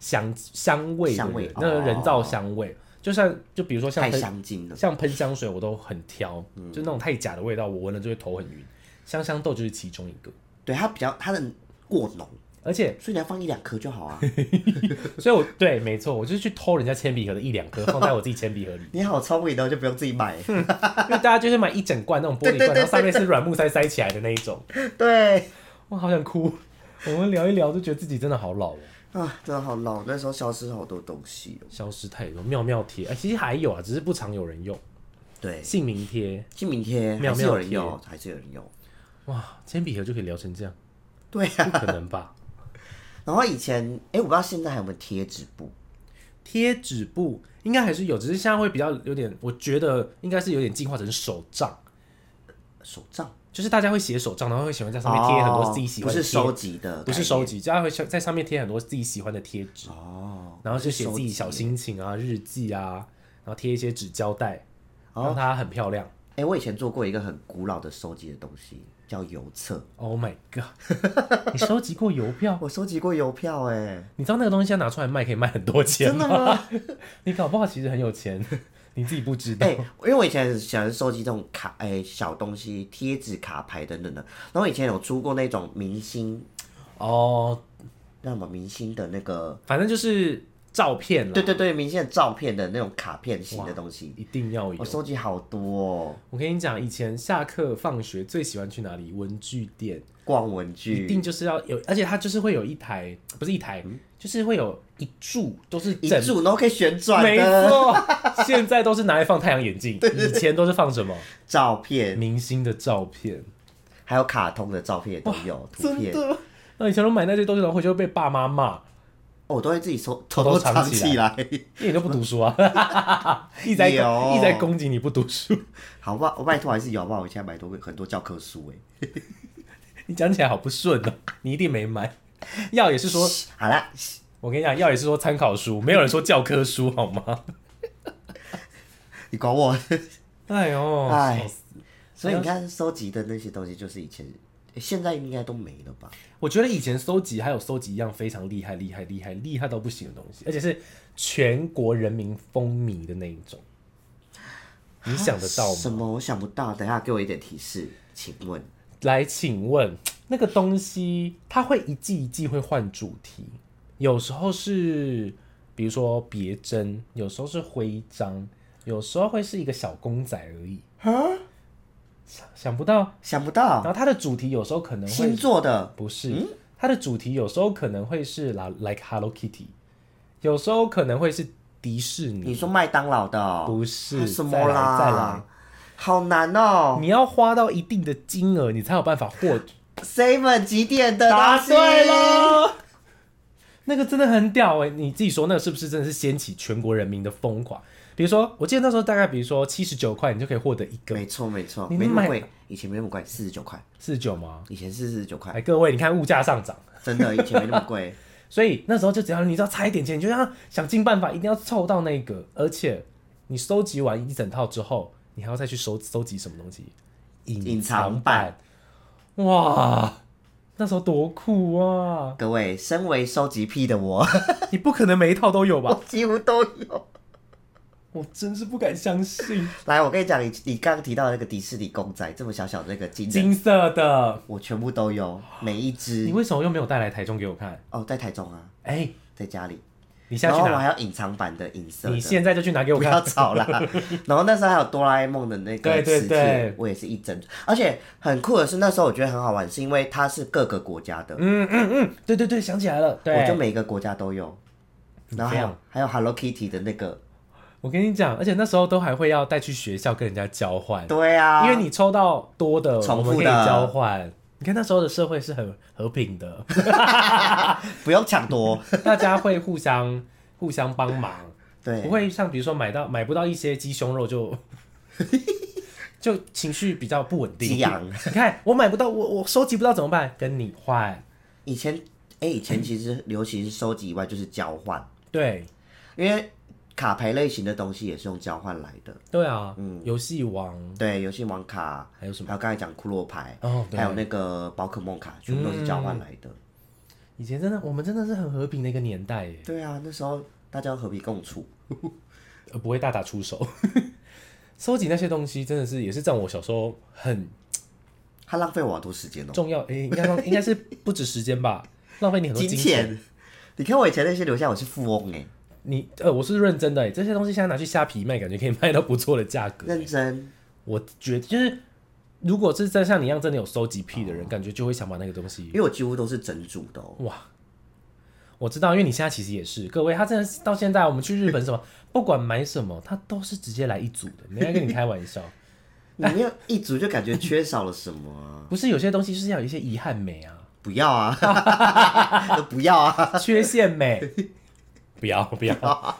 S1: 香香味的
S2: 香
S1: 人，
S2: 味
S1: 那个
S2: 哦
S1: 人造香味，就像就比如说像
S2: 太
S1: 喷
S2: 香精了。
S1: 像喷香水我都很挑，
S2: 嗯
S1: 就那种太假的味道，我闻了就会头很晕。香香豆就是其中一个，
S2: 对，它比较它的过浓，
S1: 而且
S2: 所以你要放一两颗就
S1: [laughs]
S2: 好啊。，
S1: 所以我对，没错，我就是去偷人家铅笔盒的一两颗，放在我自己铅笔盒里
S2: 你好聪明的，哦就不用自己
S1: [laughs]
S2: 买。
S1: 因为大家就是买一整罐那种玻璃
S2: 对对
S1: 罐，
S2: 对
S1: 然后上面是软木塞塞起来的那一种，
S2: 对
S1: 我好想哭。我们聊一聊，就觉得自己真的好老哦，
S2: 啊，真的好老，那时候消失好多东西哦。
S1: 消失太多。妙妙贴，哎、其实还有啊，只是不常有人用。
S2: 对，
S1: 姓名贴，
S2: 清明天
S1: 妙
S2: 还是有人
S1: 妙
S2: 用，还是有人用。
S1: 哇，铅笔盒就可以聊成这样，
S2: 对啊
S1: 不可能吧？
S2: 然后以前，哎、我不知道现在还有没有贴纸布。
S1: 贴纸布应该还是有，只是现在会比较有点，我觉得应该是有点进化成手账，
S2: 手账
S1: 就是大家会写手账，然后会喜欢在上面贴很多自己喜欢
S2: 哦不
S1: 的
S2: 是
S1: 贴、
S2: 收集的概念，
S1: 不是收集，大家会在上面贴很多自己喜欢的贴纸，
S2: 哦，
S1: 然后就写
S2: 不
S1: 自
S2: 是收
S1: 己
S2: 集
S1: 小心情啊、日记啊，然后贴一些纸胶带，让它很漂亮。
S2: 哎、我以前做过一个很古老的收集的东西，叫邮册。
S1: Oh my god！你收集过邮票？
S2: 我收集过邮票、哎，
S1: 你知道那个东西要拿出来卖可以卖很多钱
S2: 真的
S1: 吗？
S2: 吗？
S1: [laughs] 你搞不好其实很有钱，你自己不知道。
S2: 哎、因为我以前很喜欢收集这种卡，哎、小东西、贴纸、卡牌等等的。然后以前有出过那种明星，
S1: 哦，
S2: 那什么明星的那个，
S1: 反正就是照片了
S2: 对，对对，明星的照片的那种卡片型的东西，
S1: 一定要有
S2: 我。收集好多、哦。
S1: 我跟你讲，以前下课放学最喜欢去哪里？文具店，
S2: 逛文
S1: 一
S2: 具，
S1: 定就是要有，而且它就是会有一台，不是一台，就是会有一柱，都是
S2: 嗯一
S1: 整。
S2: 组然后可以旋转
S1: 没
S2: 的
S1: 错，现在都是拿来放太阳眼
S2: [laughs]
S1: 镜，以前都是放什么
S2: 照片，
S1: 明星的照片，
S2: 还有卡通的照片也都有，图片。
S1: 的。那以前都买那些东西，然后回去会被爸妈骂，
S2: 哦我都会自己收，
S1: 偷
S2: 偷
S1: 偷
S2: 偷
S1: 藏
S2: 藏
S1: 起
S2: 起来。
S1: 一点都不读书啊， [laughs] 一直在
S2: 有
S1: 攻一直在攻击你不读书，
S2: 好吧，我拜托还是有好不好？我现在买多很多教科书哎。
S1: 你讲起来好不顺哦，你一定没买。药也是说，
S2: 好啦，
S1: 我跟你讲，药也是说参考书，没有人说教科书好吗？
S2: 你管我。
S1: 哎呦，
S2: 哎
S1: 笑死
S2: 所以你看，收集的那些东西，就是以前，诶现在应该都没了吧？
S1: 我觉得以前搜集还有搜集一样非常厉害、厉害、厉害、厉害到不行的东西，而且是全国人民风靡的那一种。你想得到
S2: 什
S1: 吗？
S2: 么？我想不到，等一下给我一点提示，请问
S1: 来，请问那个东西，它会一季一季会换主题，有时候是比如说别针，有时候是徽章，有时候会是一个小公仔而已。
S2: 啊？
S1: 想想不到。
S2: 想不到
S1: 然后它的主题有时候可能
S2: 星
S1: 会
S2: 座的
S1: 不是，它的主题有时候可能会是啦，like Hello Kitty，有时候可能会是迪士
S2: 你
S1: 尼，
S2: 说麦当劳的
S1: 嗯
S2: 哦、
S1: 不是
S2: 啊什
S1: 再
S2: 么
S1: 来
S2: 啦？
S1: 再来，
S2: 好难哦、
S1: 你要花到一定的金额，你才有办法获。
S2: Seven 几点的
S1: 答
S2: 东西
S1: 对，了。那个真的很屌哎、你自己说那个是不是真的是掀起全国人民的疯狂？比如说，我记得那时候大概比如说七十九块，你就可以获得一个
S2: 没错没错，
S1: 你
S2: 没那么
S1: 买
S2: 贵，以前没那么贵，四十九块，
S1: 四十九吗？
S2: 以前是四十九
S1: 哎，
S2: 块，
S1: 各位，你看物价上涨，
S2: 真的以前没那么贵。 [laughs]
S1: 所以那时候就只要你只要差一点钱，你就要想尽办法一定要凑到那个，而且你收集完一整套之后，你还要再去收收集什么东西？
S2: 隐藏版
S1: 版，哇，那时候多酷啊！
S2: 各位，身为收集癖
S1: [laughs]
S2: 的我，
S1: 你不可能每一套都有吧？
S2: [laughs] 我几乎都有。
S1: 我真是不敢相信，
S2: 来，我跟你讲，你你刚刚提到那个迪士尼公仔，这么小小的那个金人，
S1: 金色的。
S2: 我全部都有，每一
S1: 你
S2: 只。
S1: 为什么又没有带来台中给我看？
S2: 哦，在台中啊，
S1: 哎、
S2: 在家里。
S1: 你现
S2: 然
S1: 在去
S2: 后我还
S1: 拿，
S2: 有隐藏版的银色
S1: 你
S2: 的。
S1: 现在就去拿给我
S2: [laughs] 不要
S1: 看。
S2: 吵啦！ [laughs] 然后那时候还有哆啦 A 梦的那个
S1: 对对
S2: 磁铁
S1: 对，
S2: 我也是一整，而且很酷的是那时候我觉得很好玩，是因为它是各个国家的，
S1: 嗯嗯嗯，对对对，想起来了。对，
S2: 我就每个国家都有。然后还
S1: 这
S2: 有
S1: 样
S2: 还有 Hello Kitty 的那个，
S1: 我跟你讲，而且那时候都还会要带去学校跟人家交换，
S2: 对啊，
S1: 因为你抽到多的，
S2: 重
S1: 我
S2: 复
S1: 们
S2: 的
S1: 可以交换。你看那时候的社会是很和平的， [laughs]
S2: 不用抢夺，
S1: 大家会互相互相帮忙，不
S2: 对，
S1: 会像比如说买到买不到一些鸡胸肉就 [laughs] 就情绪比较不稳定
S2: 激。昂。
S1: 你看我买不到，我我收集不到怎么办？跟你换，
S2: 以前哎、以前其实流行是收集以外就是交换，
S1: 对
S2: 因为卡牌类型的东西也是用交换来的，
S1: 对啊，
S2: 嗯
S1: 游戏王
S2: 对，游戏王卡，
S1: 还有什么？
S2: 还有刚才讲骷髅牌，
S1: 哦，对嗯
S2: 还，有那个宝可梦卡，全部都是交换来的。
S1: 以前真的我们真的是很和平的一个年代耶，
S2: 对啊，那时候大家和平共处，
S1: 呃，不会大打出手。 [laughs] 收集那些东西真的是也是占我小时候很
S2: 他浪费我好多时间哦、
S1: 重要，诶、应该浪应该是不止时间吧， [laughs] 浪费你哎很多金钱。
S2: 钱。你看我以前那些留下，我是富翁哎、
S1: 你呃，我是认真的耶，这些东西现在拿去虾皮卖，感觉可以卖到不错的价格。
S2: 认真。
S1: 我觉得就是，如果是真像你一样真的有收集癖的人，感觉就会想把那个东西
S2: 因为我几乎都是整组的哦、
S1: 哇，我知道，因为你现在其实也是，各位，他真的是到现在，我们去日本什 [laughs] 么，不管买什么，他都是直接来一组 [laughs] 的，没在跟你开玩笑。
S2: 你没有一组就感觉缺少了什么啊？
S1: 不是有些东西就是要有一些遗憾美啊， [laughs]
S2: 不要啊，都不要啊！
S1: 缺陷 [laughs] 美，不要不要，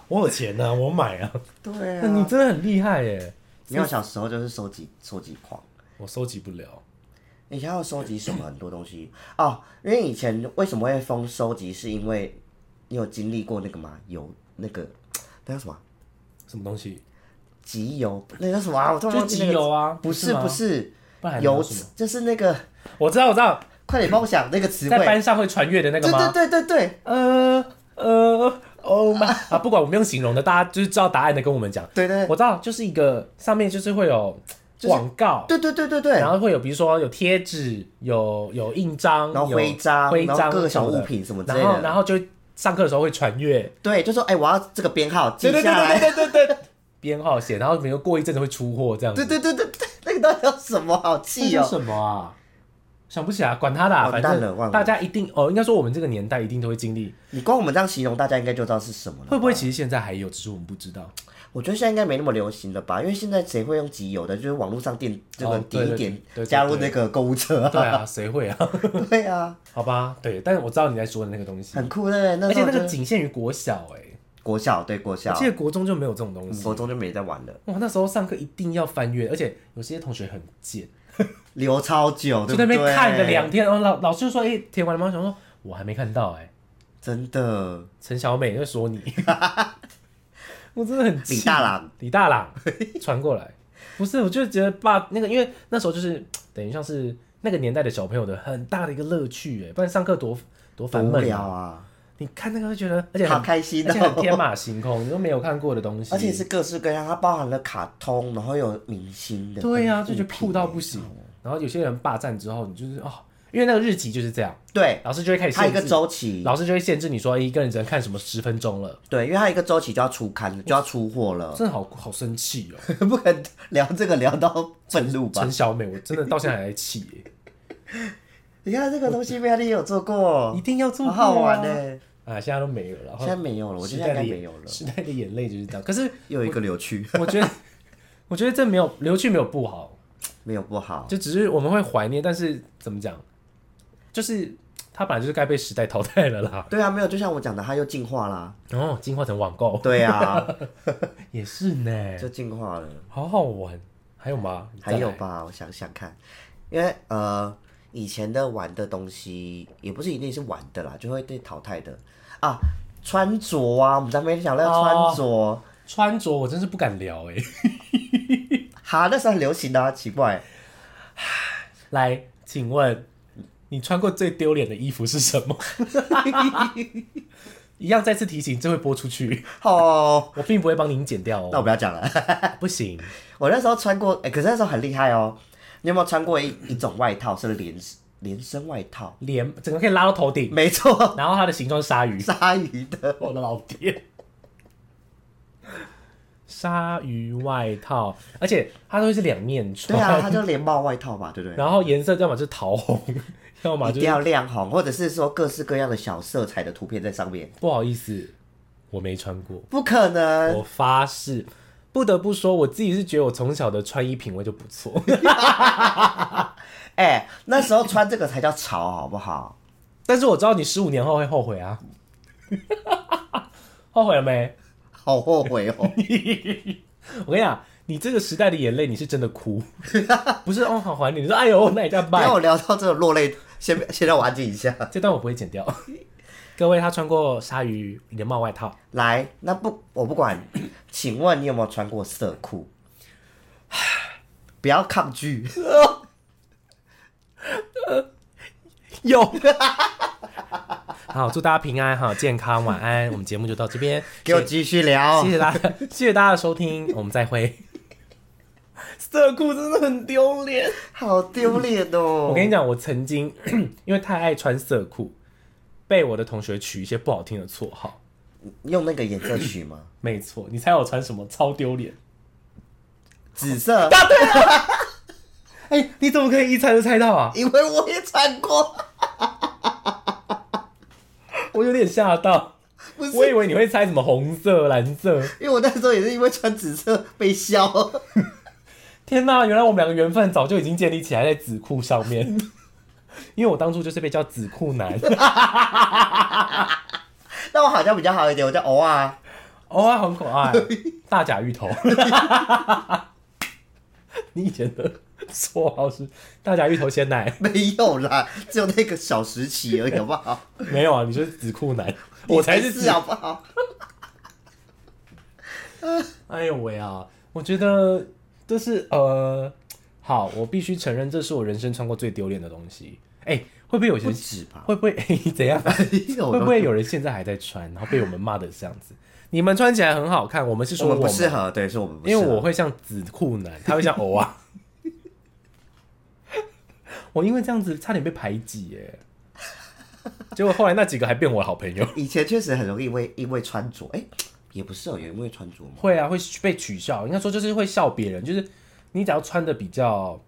S1: 我有钱呢、我买啊。
S2: 对
S1: 那你
S2: 啊，
S1: 真的很厉害耶，
S2: 没有小时候就是收集收集狂，
S1: 我收集不了。
S2: 以前要收集什么很多东西哦。因为以前为什么会疯收集，是因为你有经历过那个吗？有那个那叫什么啊
S1: 什么东西？
S2: 集邮？那叫什么啊？我突然
S1: 就
S2: 忘记那
S1: 集
S2: 个
S1: 邮啊？
S2: 不是
S1: 吗
S2: 不，是
S1: 不然还能
S2: 邮
S1: 有什么？
S2: 就是那个，
S1: 我知道我知道，
S2: 快点帮我想那个词
S1: 在
S2: 汇。
S1: 班上会传阅的那个
S2: 对
S1: 吗？
S2: 对对对对
S1: 呃呃哦妈啊！不管我们用形容的，大家就是知道答案的跟我们讲。
S2: 对对
S1: 我知道，就是一个上面就是会有广告，
S2: 对对对对对，
S1: 然后会有比如说有贴纸、有有印章、
S2: 然后
S1: 有
S2: 徽章，
S1: 徽
S2: 然后
S1: 章、
S2: 各个小物，品什么之类
S1: 然后
S2: 的。
S1: 然后就上课的时候会传阅，
S2: 对，就说哎，我要这个编号记
S1: 对对
S2: 下
S1: 对
S2: 来。
S1: 对对对对，编号写，然后比如过一阵子会出货这样
S2: [laughs] 对
S1: 子。
S2: 对对对对，那个到底叫什么？好
S1: 这
S2: 气
S1: 叫
S2: 哦！
S1: 什么啊？想不起来，管他的啊，
S2: 完
S1: 反
S2: 蛋了忘
S1: 正
S2: 了
S1: 大家一定哦，应该说我们这个年代一定都会经历，
S2: 你光我们这样形容，大家应该就知道是什么了。
S1: 会不会？其实现在还有，只是我们不知
S2: [laughs]
S1: 道。
S2: 我觉得现在应该没那么流行了吧？因为现在谁会用集邮的？就是网络上点这个
S1: 哦对
S2: 点
S1: 对对
S2: 一
S1: 对
S2: 点，
S1: 对
S2: 加入那个购物车。 [laughs]
S1: 对啊，谁会啊？
S2: 对啊，
S1: 好吧，对，但是我知道你在说的那个东西，
S2: 很酷对不对？
S1: 而
S2: [laughs] 那时
S1: 且
S2: 候
S1: 那个
S2: 就是
S1: 仅限于国小哎、
S2: 国小对国小嗯
S1: 我记，得国中就没有这种东西。
S2: 国中就没在玩了，
S1: 哇，那时候上课一定要翻阅，而且有些同学很贱，
S2: 留超久，
S1: 就
S2: 对
S1: 在
S2: 不
S1: 那
S2: 哦对？
S1: 边看个两天，然后老老师就说：“哎、填完了吗？”我想说我还没看到哎、
S2: 真的，
S1: 陈小美在
S2: [laughs]
S1: 说你，我真的很气
S2: 李大郎，
S1: 李大郎传过来，不是，我就觉得爸那个，因为那时候就是等于像是那个年代的小朋友的很大的一个乐趣哎、不然上课多多
S2: 多
S1: 烦
S2: 无
S1: 闷
S2: 聊
S1: 啊！
S2: 啊，
S1: 你看那个会觉得，而且
S2: 好
S1: 很
S2: 开心
S1: 而且很
S2: 哦、
S1: 天马行空，你都没有看过的东西，
S2: 而且是各式各样，它包含了卡通，然后有明星的，
S1: 对呀、啊
S2: 呀、
S1: 就觉得酷到不行。然后有些人霸占之后，你就是哦，哎、因为那个日期就是这样，
S2: 对，
S1: 老师就会开始
S2: 它一
S1: 限
S2: 个
S1: 制，
S2: 周期，
S1: 老师就会限制你说哎一个人只能看什么十分钟了，
S2: 对，因为它一个周期就要出刊，就要出货了， [laughs]
S1: 真的好好生气哦。
S2: 不可能聊这个聊到愤怒吧
S1: 陈？小美，我真的到现在还在气耶，
S2: 你看这个东西，妙丽有做过
S1: 一，定要做、
S2: 好
S1: 啊，
S2: 好玩欸呢、
S1: 啊！现在都没有了，然后
S2: 现在没有了，我觉
S1: 时
S2: 得应
S1: 代
S2: 该
S1: 的
S2: 没
S1: 眼
S2: 有了，
S1: 时代的眼泪就是这样。可是
S2: 又有一个扭曲，
S1: 我觉得，我觉得这没有留去没有不好，
S2: 没有不好，
S1: 就只是我们会怀念，但是怎么讲，就是它本来就是该被时代淘汰了啦。
S2: 对啊，没有，就像我讲的，它又进化啦，
S1: 哦，哎进化成网购 [laughs]
S2: 对啊，
S1: 也是呢，
S2: 就进化了。
S1: 好好玩。还有吗？
S2: 还有吧，我想想看，因为呃，以前的玩的东西也不是一定是玩的啦，就会被淘汰的啊。穿着啊，我们在没想到
S1: 哦
S2: 穿着，
S1: 穿着，我真是不敢聊哎、
S2: 哈，那时候很流行的、啊，奇怪，
S1: 来，请问你穿过最丢脸的衣服是什么？ [laughs] 一样再次提醒，这会播出去，
S2: 哦，
S1: 我并不会帮您剪掉哦。
S2: 那我不要讲了。
S1: 不行，
S2: 我那时候穿过，哎、可是那时候很厉害哦。你有没有穿过一一种外套是连连身外套？
S1: 脸整个可以拉到头顶，
S2: 没错，
S1: 然后它的形状是鲨鱼。
S2: 鲨鱼的，
S1: 我的老天！鲨鱼外套，而且它都是两面
S2: 对
S1: 穿，
S2: 啊，它就连帽外套嘛，对不对？
S1: 然后颜色要么就是桃红， [laughs] 要么
S2: 一
S1: 啊就
S2: 定
S1: 是
S2: 要亮红，或者是说各式各样的小色彩的图片在上面，
S1: 不好意思，我没穿过，
S2: 不可能。
S1: 我发誓。不得不说，我自己是觉得我从小的穿衣品味就不错。 [laughs]
S2: 哎、那时候穿这个才叫潮，好不好？ [laughs]
S1: 但是我知道你十五年后会后悔啊， [laughs] 后悔了没？
S2: 好后悔
S1: [laughs]
S2: 哦！
S1: 我跟你讲，你这个时代的眼泪，你是真的哭， [laughs] 不是哦好怀念。你说哎呦，那你这样
S2: 不
S1: 办
S2: 要？我聊到这个落泪，先先让我安静一下。
S1: 这段我不会剪掉。 [laughs] 各位，他穿过鲨鱼连帽外套，
S2: 来，那不我不管，请问你有没有穿过色裤？ [sighs] 不要抗拒，
S1: 有。 [laughs] 好，祝大家平安，好健康，晚安。我们节目就到这边，
S2: 给我继续聊
S1: 谢。谢大家， [laughs] 谢谢大家的收听，我们再会。 [laughs] 色裤真的很丢脸。
S2: 好丢脸哦！
S1: 我跟你讲，我曾经 [clears throat] 因为太爱穿色裤，被我的同学取一些不好听的绰号。
S2: 用那个颜色
S1: [coughs]
S2: 取吗？
S1: 没错，你猜我穿什么？超丢脸。
S2: 紫色，
S1: 答对了。哎、你怎么可以一猜就猜到啊？
S2: 因为我也穿过。
S1: 我有点吓到，
S2: 不是
S1: 我以为你会猜什么红色、蓝色。
S2: 因为我那时候也是因为穿紫色被削。 [laughs]
S1: 天呐，原来我们两个缘分早就已经建立起来在紫裤上 [laughs] 面，因为我当初就是被叫紫裤男。
S2: 那我好像比较好一点，我叫偶啊。
S1: [laughs]
S2: [laughs]
S1: 哦，啊，很可爱， [laughs] 大甲芋头。 [laughs] 你以前的绰号是大甲芋头鲜奶？
S2: 没有啦，只有那个小时期而已，好不好？
S1: 没有啊，你就是紫裤男， [laughs] 我才是啊紫
S2: 好不好？
S1: 哎呦喂啊！我觉得这是呃，好，我必须承认，这是我人生穿过最丢脸的东西。哎、会不会有些
S2: 不
S1: 人
S2: 止 [laughs] 吧？
S1: 会不会、哎怎样？会
S2: [laughs] 会
S1: 不会有人现在还在穿，然后被我们骂的这样子？你们穿起来很好看，我们是
S2: 我
S1: 说
S2: 们不
S1: 们
S2: 适合？对，是啊我们不适
S1: 因
S2: 合。
S1: 为我会像紫裤男，他会像偶啊。我因为这样子差点被排挤耶， [laughs] 结果后来那几个还变我的好朋友。
S2: 以前确实很容易因为因为穿着，哎、也不是哦，有因为穿着吗？
S1: 会啊，会被取笑。应该说就是会笑别人，就是你只要穿的比较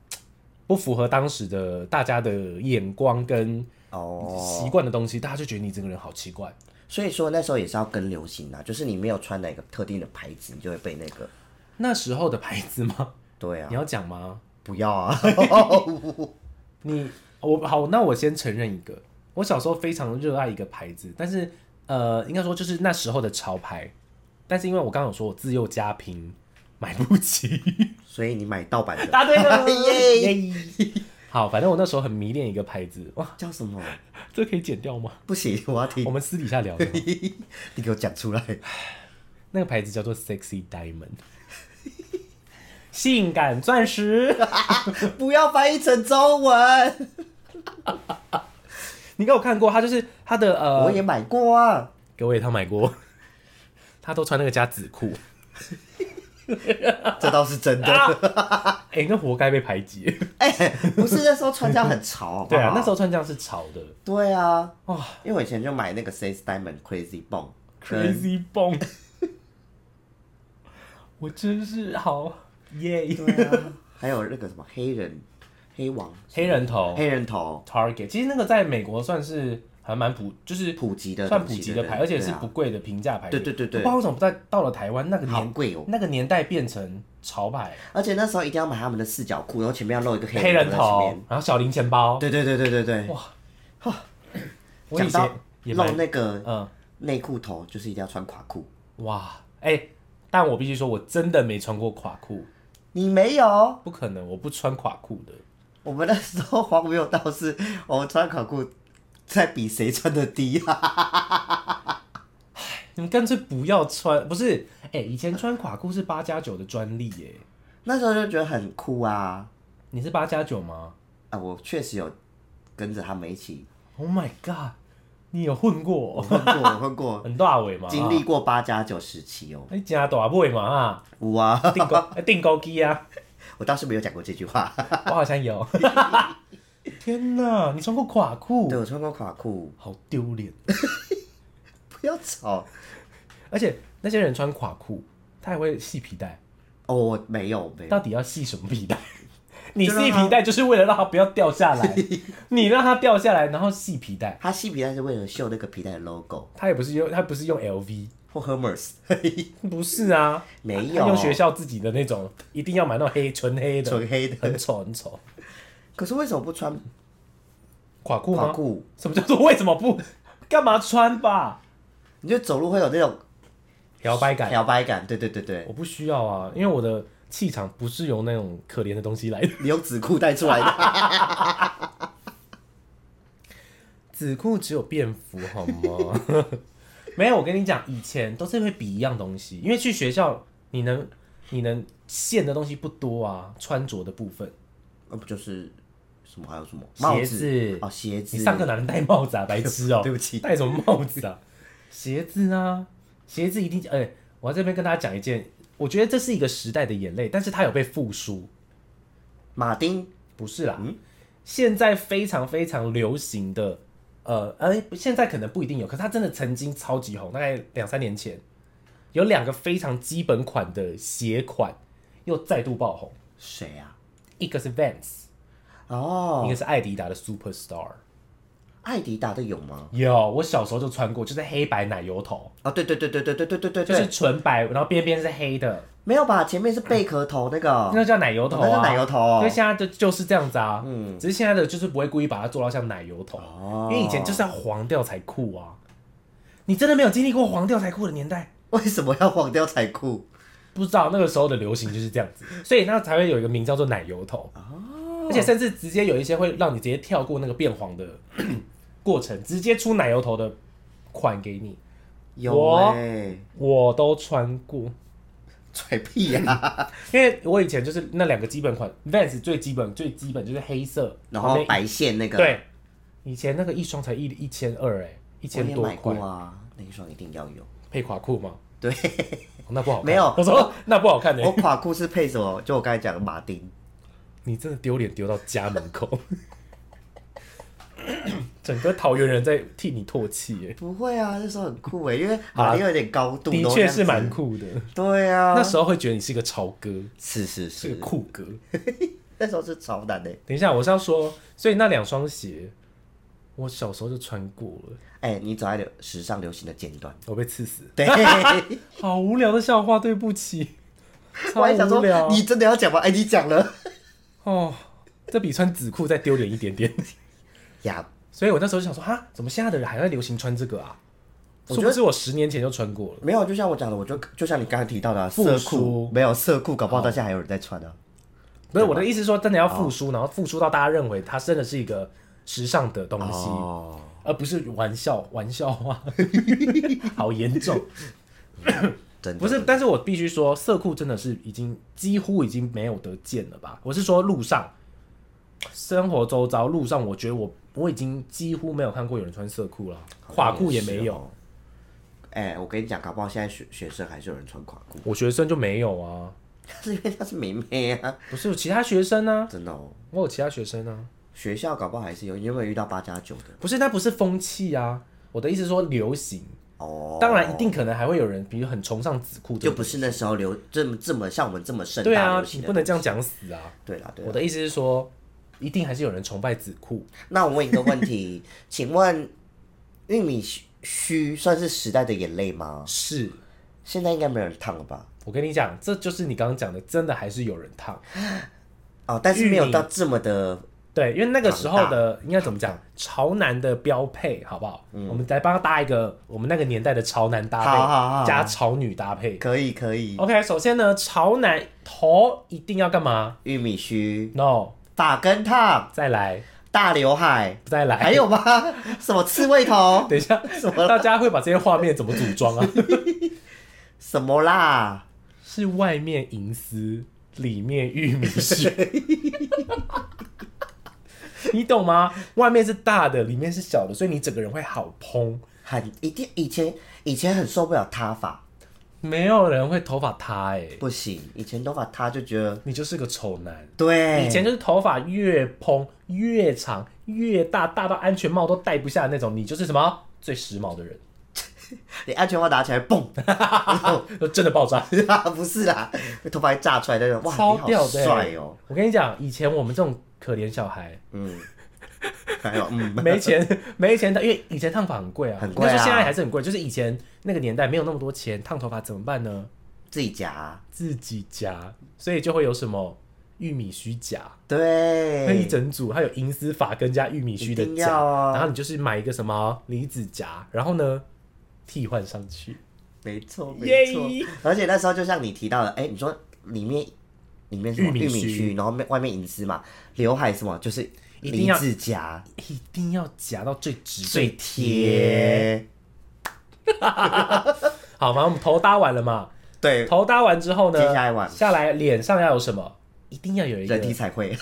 S1: 不符合当时的大家的眼光跟
S2: 哦，
S1: 习惯的东西，大家就觉得你这个人好奇怪。
S2: 所以说那时候也是要跟流行啊，就是你没有穿哪个特定的牌子，你就会被那个。
S1: 那时候的牌子吗？
S2: 对啊
S1: 你，要讲吗？
S2: 不要
S1: [laughs]
S2: 啊！
S1: 你我好，那我先承认一个，我小时候非常热爱一个牌子，但是呃，应该说就是那时候的潮牌，但是因为我刚刚有说我自幼家贫，买不起， [laughs]
S2: 所以你买盗版的
S1: 答对了
S2: [laughs] 耶
S1: 耶！好，反正我那时候很迷恋一个牌子，哇，
S2: 叫什么？
S1: 这可以剪掉吗？
S2: 不行，我要听
S1: 我，们私底下聊的，
S2: 你给我讲出来。
S1: [laughs] 那个牌子叫做 Sexy Diamond，性感钻石。
S2: 不要翻译成中文，
S1: 你给我看过，他就是他的
S2: [laughs] 我
S1: 呃，
S2: 也买过啊。
S1: 给我也他买过，他都穿那个加紫裤。
S2: 这倒是真的。
S1: 哎、那活该被排挤。
S2: [laughs] 哎、不是那时候川江很潮好不好，
S1: 对啊，那时
S2: 候
S1: 候川江是潮的
S2: 对啊，
S1: 哇
S2: 因为我以前就买那个 s a s Diamond Crazy Bone，跟
S1: ，Crazy Bone，我真是好耶
S2: 对啊，还有那个什么黑人黑王
S1: 黑人头
S2: 黑人头
S1: Target，其实那个在美国算是还蛮普，就是
S2: 普及的
S1: 算
S2: 东
S1: 普
S2: 西
S1: 及
S2: 对
S1: 的
S2: 对
S1: 牌，而且
S2: 对
S1: 是
S2: 啊
S1: 不贵的平价牌。
S2: 对对对对
S1: 我不知道为什么不在到了台湾那个
S2: 好
S1: 年
S2: 贵哦。
S1: 那个年代变成潮牌，
S2: 而且那时候一定要买他们的四角裤，然后前面要露一个
S1: 黑人
S2: 人头在前
S1: 头
S2: 面。，
S1: 然后小零钱包。
S2: 对对对对对对，
S1: 哇我以
S2: 讲到
S1: 前也
S2: 露
S1: 蛮
S2: 那个呃
S1: 嗯
S2: 内裤头，就是一定要穿垮裤。
S1: 哇哎、但我必须说，我真的没穿过垮裤，
S2: 你没有？哦
S1: 不可能，我不穿垮裤的。
S2: 我们那时候黄没有道士，我们穿垮裤在比谁穿的低啊。 [laughs]
S1: 你们干脆不要穿，不是？哎、以前穿垮裤是八加九的专利耶、
S2: 那时候就觉得很酷啊
S1: 你是八加九吗
S2: 啊！我确实有跟着他们一起，
S1: ？Oh my god，你有混
S2: 我
S1: 过哦
S2: 混过，
S1: [laughs]
S2: 我混过，
S1: 很大尾吗？
S2: 经历过八加九时期哦。
S1: 你真大尾嘛啊，
S2: [laughs] 五啊，
S1: 定高定高机啊，
S2: 我倒是没有讲过这
S1: [laughs]
S2: 句话。
S1: 我好像有。天哪，你穿过垮裤
S2: 对，，我穿过垮裤，
S1: 好丢脸！
S2: 不要吵。
S1: 而且那些人穿垮裤，他还会系皮带，
S2: 哦，我没有，没有。
S1: 到底要系什么皮带？ [laughs] 你
S2: 就让
S1: 系
S2: 他
S1: 皮带就是为了让它不要掉下来，
S2: [laughs]
S1: 你让它掉下来，然后系皮带。
S2: 他系皮带是为了秀那个皮带的 logo
S1: 他也不是用，他不是用 LV，
S2: 或 Hermes， [laughs]
S1: 不是啊，
S2: 没
S1: 他
S2: 有
S1: 用学校自己的那种，一定要买那种黑纯黑的，
S2: 纯黑的。
S1: 很丑很丑。
S2: 可是为什么不穿
S1: 垮裤
S2: 垮
S1: 吗？
S2: 裤？
S1: 什么叫做为什么不？ [laughs] 干嘛穿吧？
S2: 你就走路会有那种
S1: 摇摆感，
S2: 摇摆感。对对对对，
S1: 我不需要啊，因为我的气场不是由那种可怜的东西来的。
S2: 你用纸裤带出来的。
S1: [laughs] 子裤只有便服好吗？ [laughs] 没有，我跟你讲，以前都是会比一样东西，因为去学校你能你能限的东西不多啊，穿着的部分。
S2: 哦那不就是什么还有什么帽
S1: 鞋子
S2: 哦，鞋子。
S1: 你上课哪能戴帽子啊，白痴哦、
S2: [laughs] 对不起
S1: 戴什么帽子啊？鞋子啊，鞋子一定……哎、我在这边跟大家讲一件，我觉得这是一个时代的眼泪，但是它有被复苏，
S2: 马丁
S1: 不是啦。
S2: 嗯
S1: 现在非常非常流行的，呃，哎、现在可能不一定有，可是它真的曾经超级红，大概两三年前，有两个非常基本款的鞋款又再度爆红，
S2: 谁啊？
S1: 一个是 Vans，一
S2: 哦，
S1: 个是艾迪达的 Superstar。
S2: 艾迪达的有吗？
S1: 有，我小时候就穿过，就是黑白奶油头。
S2: 哦，对对对对对对对对对
S1: 就
S2: 对，
S1: 是纯白，然后边边是黑的，
S2: 没有吧？前面是贝壳头那
S1: 那
S2: 个，
S1: 叫奶油头
S2: 那
S1: 啊，
S2: 叫奶油头哦
S1: 因为现在的就是这样子啊，嗯，只是现在的就是不会故意把它做到像奶油头，
S2: 哦
S1: 因为以前就是要黄掉才酷啊。你真的没有经历过黄掉才酷的年代？
S2: [laughs] 为什么要忘掉彩裤？
S1: 不知道那个时候的流行就是这样子，所以那才会有一个名叫做奶油头，
S2: 哦
S1: 而且甚至直接有一些会让你直接跳过那个变黄的 [coughs] 过程，直接出奶油头的款给你，
S2: 有
S1: 我
S2: 哎、
S1: 我都穿过。
S2: 拽屁啊呀、
S1: [laughs] 因为我以前就是那两个基本款，Vans 最基本最基本就是黑色，
S2: 然
S1: 旁
S2: 后
S1: 边一
S2: 白线那个，
S1: 对，以前那个一双才一一千二哎，一
S2: 我
S1: 千
S2: 也
S1: 多
S2: 买过
S1: 块，
S2: 啊，那一双一定要有。
S1: 配垮裤吗？
S2: 对，
S1: 哦那不好看，
S2: [laughs] 没有
S1: 我说那不好看的、欸
S2: 我垮裤是配什么？就我刚才讲的马丁，
S1: 你真的丢脸丢到家门口， [laughs] 整个桃园人在替你唾弃耶，
S2: 不会啊，那时候很酷哎，因为
S1: 啊
S2: 马丁有点高度，
S1: 的
S2: 然后
S1: 确
S2: 这样子
S1: 是蛮。酷的，
S2: 对啊，
S1: 那时候会觉得你是个潮哥，
S2: 是是
S1: 是
S2: 是
S1: 个，酷哥。
S2: 那时候是潮男哎。
S1: 等一下，我是要说，所以那两双鞋，我小时候就穿过了，
S2: 哎，你走在流时尚流行的尖
S1: [laughs]
S2: 端。
S1: 我被刺死。
S2: 对，
S1: 好无聊的笑话，对不起。
S2: [laughs] 我还想
S1: 超无
S2: 说
S1: 聊，
S2: 你真的要讲吗？哎，你讲了
S1: 哦，这比穿紫裤再丢脸一点 [laughs] 点。
S2: 呀。
S1: 所以我那时候就想说，哈，怎么现在的人还在流行穿这个啊？
S2: 我
S1: 是
S2: 觉
S1: 不
S2: 得
S1: 是我十年前就穿过了？
S2: 没有，就像我讲的，我就就像你刚才提到的啊
S1: 复
S2: 色
S1: 苏
S2: 裤，没有色裤，搞不好到现在还有人在穿啊。
S1: 不是我的意思是说，真的要
S2: 哦
S1: 复苏，然后复苏到大家认为它真的是一个时尚的东西，
S2: 哦，
S1: 而不是玩笑玩笑话， [laughs] 好严重。
S2: 真的
S1: 不是，但是我必须说，色裤真的是已经几乎已经没有得见了吧？我是说路上，生活周遭路上，我觉得我我已经几乎没有看过有人穿色裤了，垮裤也没有。。
S2: 哎、哦哎、我跟你讲，搞不好现在学学生还是有人穿垮裤， [laughs]
S1: 我学生就没有啊，
S2: 是因为她是妹妹啊，
S1: 不是有其他学生啊，
S2: 真的哦。
S1: 我有其他学生啊，
S2: 学校搞不好还是有，你有没有遇到八加九的？
S1: 不是，那不是风气啊。我的意思是说流行，
S2: 哦，
S1: 当然一定可能还会有人，比如很崇尚紫裤这
S2: 就
S1: 个东
S2: 不
S1: 西，
S2: 是那时候流这么这么像我们这么盛
S1: 对
S2: 大
S1: 啊
S2: 流，行
S1: 你
S2: 的。
S1: 不能这样讲死啊。
S2: 对啦，对
S1: 我
S2: 啦。
S1: 的意思是说，一定还是有人崇拜紫裤，
S2: 那我问一个问题，请问玉米须须算是时代的眼泪吗？
S1: 是。
S2: 现在应该没有人烫了吧？
S1: 我跟你讲，这就是你刚刚讲的，真的还是有人烫。
S2: 哦，但是没有
S1: 玉米
S2: 到这么的
S1: 对，因为那个时候的应该怎么讲，潮男的标配，好不好？我们来帮他搭一个我们那个年代的潮男搭配，
S2: 嗯好好好
S1: 加潮女搭配。
S2: 可以可以。
S1: OK，首先呢，潮男头一定要干嘛
S2: 玉米须、
S1: ？No，
S2: 发根烫、
S1: 再来，
S2: 大刘海，
S1: 再来，
S2: 还
S1: [laughs]
S2: 有吗？什么刺猬头？
S1: 等一下，
S2: 哎什么
S1: 大家会把这些画面怎么组装啊？
S2: 什么啦？
S1: 是外面银丝，里面玉米须， [laughs] 你懂吗？外面是大的，里面是小的，所以你整个人会好蓬。
S2: 很一定以前以前很受不了塌发，
S1: 没有人会头发塌哎、
S2: 不行，以前头发塌就觉得
S1: 你就是个丑男。
S2: 对，
S1: 哎以前就是头发越蓬越长越大，大到安全帽都戴不下那种，你就是什么最时髦的人，
S2: 你安全帽拿起来
S1: [laughs]
S2: [laughs] 蹦，
S1: 就真的爆炸。
S2: [laughs] 不是啦，头发还炸出来那种，哇，
S1: 超
S2: 你好
S1: 屌的欸
S2: 帅哦、
S1: 我跟你讲，以前我们这种可怜小孩，
S2: 嗯， [laughs] 还有 [laughs] 嗯，
S1: [laughs] 没钱没钱的，因为以前烫发很贵啊，
S2: 很贵啊
S1: 但是现在还是很贵。就是以前那个年代没有那么多钱，烫头发怎么办呢？
S2: 自己夹、
S1: 自己夹，所以就会有什么玉米须夹，那一
S2: 对，
S1: 整组，它有银丝发根加玉米须的
S2: 哎一定
S1: 夹，
S2: 要啊
S1: 然后你就是买一个什么离子夹，然后呢替换上去，
S2: 没错没
S1: 耶
S2: 错，而且那时候就像你提到的，哎、你说里面里面是什么
S1: 玉
S2: 玉
S1: 米须
S2: 米须，然后面外面银丝嘛，刘海什么就是
S1: 一定要
S2: 离子夹
S1: 一定要夹到最直
S2: 最。贴，
S1: 好，反正我们头搭完了嘛，
S2: 对，
S1: 头搭完之后呢，
S2: 接下来玩
S1: 下来脸上要有什么？一定要有一个
S2: 人体彩绘，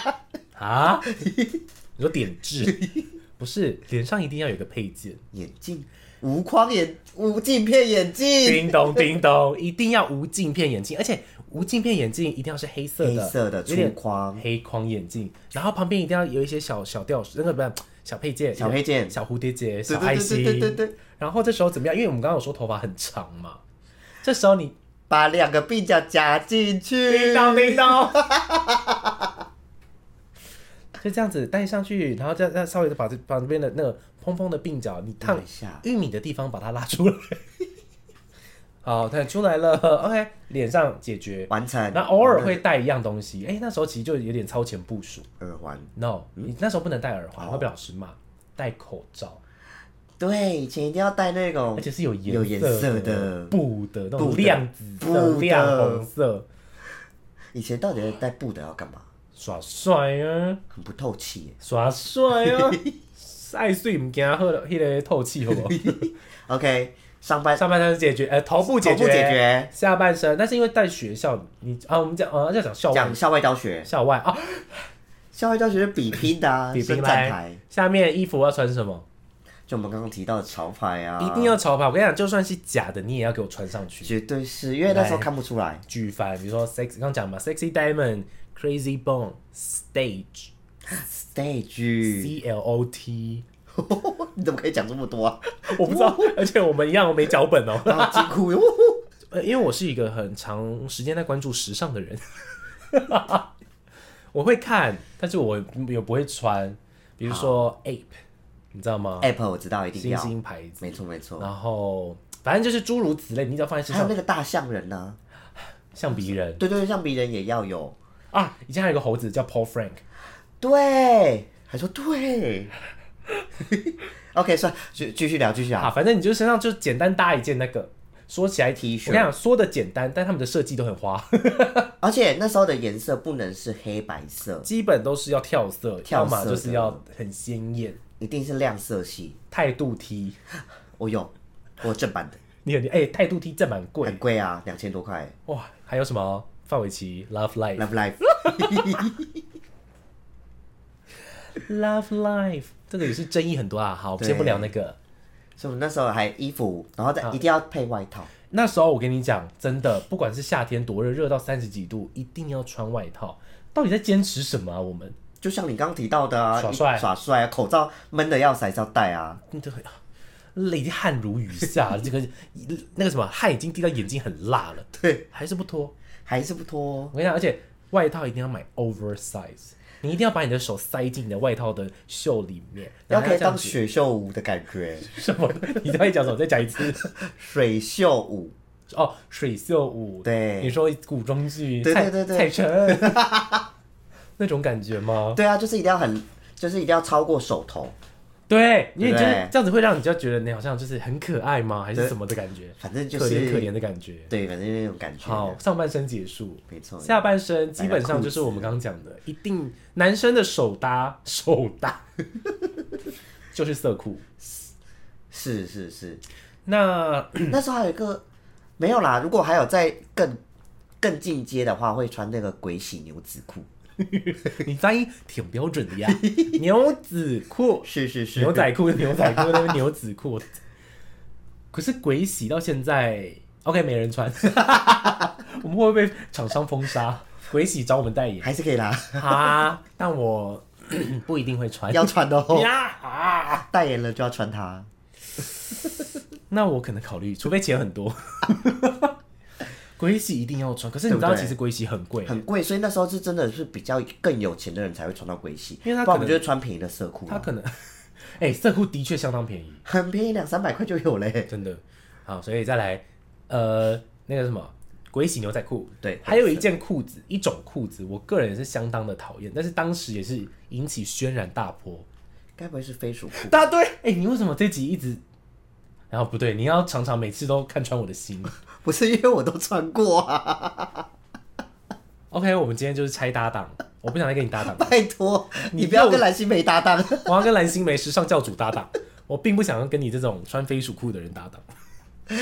S2: [laughs]
S1: 啊？你说点痣？
S2: [laughs]
S1: 不是，脸上一定要有一个配件。
S2: 眼镜，无框眼无镜片眼镜，
S1: 叮咚叮咚，一定要无镜片眼镜，而且无镜片眼镜一定要是黑色的，
S2: 黑色的
S1: 有点
S2: 粗框
S1: 黑框眼镜，然后旁边一定要有一些小小吊饰，那个不是小配件，
S2: 小配件
S1: 小蝴蝶结、
S2: 对
S1: 小爱心。
S2: 对对对对对
S1: 然后这时候怎么样？因为我们刚刚有说头发很长嘛，这时候
S2: [laughs]
S1: 你
S2: 把两个鬓角夹进
S1: 叮，
S2: 去
S1: 咚叮咚， [laughs] 就这样子戴上去，然后再再稍微的把这把这边的那个蓬蓬的鬓角，你烫
S2: 烫一下，
S1: 玉米的地方把它拉出来。 [laughs] 好，它出来了。OK，脸上解决。
S2: 完成。
S1: 那偶尔会戴一样东西，哎、那时候其实就有点超前部署。
S2: 耳环，
S1: No，、你
S2: 嗯
S1: 那时候不能戴耳
S2: 哦
S1: 环，会被老师骂。戴口罩，
S2: 对，以前一定要戴那种
S1: 而且是有
S2: 哦有
S1: 颜
S2: 颜
S1: 色
S2: 色的
S1: 布的那
S2: 布
S1: 种
S2: 的
S1: 亮紫
S2: 布
S1: 色、
S2: 的
S1: 亮红色，
S2: 以前到底戴布的要干嘛？
S1: 耍帅啊，
S2: 很不透气耶。
S1: 耍帅
S2: [laughs]
S1: 啊！爱睡唔惊喝迄个透气好不好？
S2: [laughs] OK，上班
S1: 上半身解决，呃，头部解决，
S2: 头部解决
S1: 下半身，但是因为在学校，你啊，我们讲呃要讲校外
S2: 讲，校外教学，
S1: 校外啊，
S2: 校外教学是比拼的、
S1: [laughs]
S2: 啊，
S1: 比
S2: 伸
S1: 拼
S2: 展台
S1: 来，，下面衣服要穿什么？
S2: 就我们刚刚提到的潮牌啊，
S1: 一定要潮牌。我跟你讲，就算是假的，你也要给我穿上去。
S2: 绝对是因为那时候看不出来。
S1: 举凡比如说 sex，刚讲嘛，sexy diamond、crazy bone、stage、
S2: Stage，
S1: C L O T，
S2: 你怎么可以讲这
S1: [laughs]
S2: 么多啊？
S1: 我不知道，而且我们一样没脚本哦。
S2: 然后金库，呜呼
S1: 呃，因为我是一个很长时间在关注时尚的人， [laughs] 我会看，但是我也不会穿。比如说 Ape，你知道吗？
S2: Apple 我知道一定
S1: 星
S2: 要，
S1: 星牌子，
S2: 没错没错。
S1: 然后反正啊就是诸如此类，你只要放在身
S2: 还有
S1: 上
S2: 那，个大象人呢、
S1: 像鼻人
S2: 对对对，象鼻人也要有。
S1: 啊。以前还有一个猴子叫 Paul Frank，
S2: 对，还说对。OK，算继继续聊，继续
S1: 啊，
S2: 聊。
S1: 反正你就身上就简单搭一件那个。说起来
S2: T 恤
S1: 我跟你讲，说的简单，但他们的设计都很花， [laughs]
S2: 而且那时候的颜色不能是黑白色，
S1: 基本都是要跳色，
S2: 跳
S1: 要么
S2: 色
S1: 就是
S2: 的
S1: 要很鲜艳，
S2: 一定是亮色系。
S1: 态度 T。
S2: 我有，我有正版的，
S1: 你很哎，态、度 T 正蛮贵
S2: 很贵啊，两千多块。
S1: 哇，还有什么范玮琪 Love Life
S2: Love Life，
S1: Love Life 这个也是争议很多啊。好，我们先不聊那个，
S2: 所以我们那时候还衣服，然后再一定要配外套。
S1: 那时候我跟你讲，真的，不管是夏天多热，热到三十几度，一定要穿外套。到底在坚持什么啊？我们
S2: 就像你刚刚提到的啊，
S1: 耍帅
S2: 一耍帅啊，口罩闷的要死还是要戴啊？
S1: 真的很泪汗如雨下，这个 [laughs] 那个什么汗已经滴到眼睛很辣了，
S2: 对，
S1: 还是不脱。
S2: 还是不脱哦
S1: 我跟你讲，而且外套一定要买 oversize，你一定要把你的手塞进你的外套的袖里面，然
S2: 要
S1: 后
S2: 可
S1: 要
S2: 以
S1: 这样
S2: 当
S1: 子。 [laughs]
S2: 水袖舞的感觉，
S1: 什么？你到底讲什么？再讲一次。 [laughs]
S2: 水袖舞，
S1: 哦，水袖舞，
S2: 对
S1: 你说古装剧，
S2: 对
S1: 蔡
S2: 对对
S1: 蔡
S2: 对
S1: 晨 [laughs] 那种感觉吗？
S2: 对啊，就是一定要很，就是一定要超过手头，
S1: 对，因为你觉
S2: 对
S1: 得
S2: 不对
S1: 这样子会让你就觉得你好像就是很可爱吗？还是什么的感觉？
S2: 反正就
S1: 可怜
S2: 是
S1: 可怜的感觉。
S2: 对，反正那种感觉。
S1: 好，上半身结束，
S2: 没错。
S1: 下半身基本上就是我们刚刚讲的，一定男生的手搭 [laughs] 手搭就是色裤。
S2: 是是是， [clears throat]
S1: 那
S2: 那时候还有一个没有啦，如果还有再更更进阶的话，会穿那个鬼洗牛仔裤。
S1: 你发音挺标准的呀，牛仔裤
S2: 是是是，
S1: 哦牛仔裤是牛仔裤，那边牛仔裤。可是鬼洗到现在，OK，没人穿，我们会不会被厂商封杀？鬼洗找我们
S2: [laughs]
S1: 代言
S2: 还是可以啦，
S1: 啊？但我 [coughs] 不一定会穿。
S2: 要穿
S1: [laughs]
S2: 的哦。
S1: 呀啊！
S2: 代言了就要穿它。
S1: 那我可能考虑，除非钱很多。 [laughs] 鬼洗一定要穿，可是你知
S2: 对
S1: 道，
S2: 不对
S1: 其实鬼洗很贵，啊
S2: 很贵，所以那时候是真的是比较更有钱的人才会穿到鬼洗，
S1: 因为他
S2: 不然
S1: 可
S2: 我们
S1: 能
S2: 就是穿便宜的色裤
S1: 它
S2: 啊，
S1: 可能， [laughs] 哎、色裤的确相当便宜，
S2: 很便宜，两三百块就有嘞。
S1: 真的。好，所以再来，呃，那个什么，鬼洗牛仔裤，
S2: 对
S1: 还有一件裤子，一种裤子，我个人也是相当的讨厌，但是当时也是引起轩然大波。
S2: 该不会是飞鼠裤？
S1: 答对，哎、你为什么这集一直？然后不对，你要常常每次都看穿我的
S2: [laughs]
S1: 心。
S2: 不是，因为我都穿过啊，
S1: OK，我们今天就是拆搭档，我不想再跟你搭档。
S2: 拜托，
S1: 你
S2: 你不要
S1: 又
S2: 跟蓝心湄搭档。
S1: 我要跟蓝心湄时尚教主搭档，我并不想要跟你这种穿飞鼠裤的人搭档。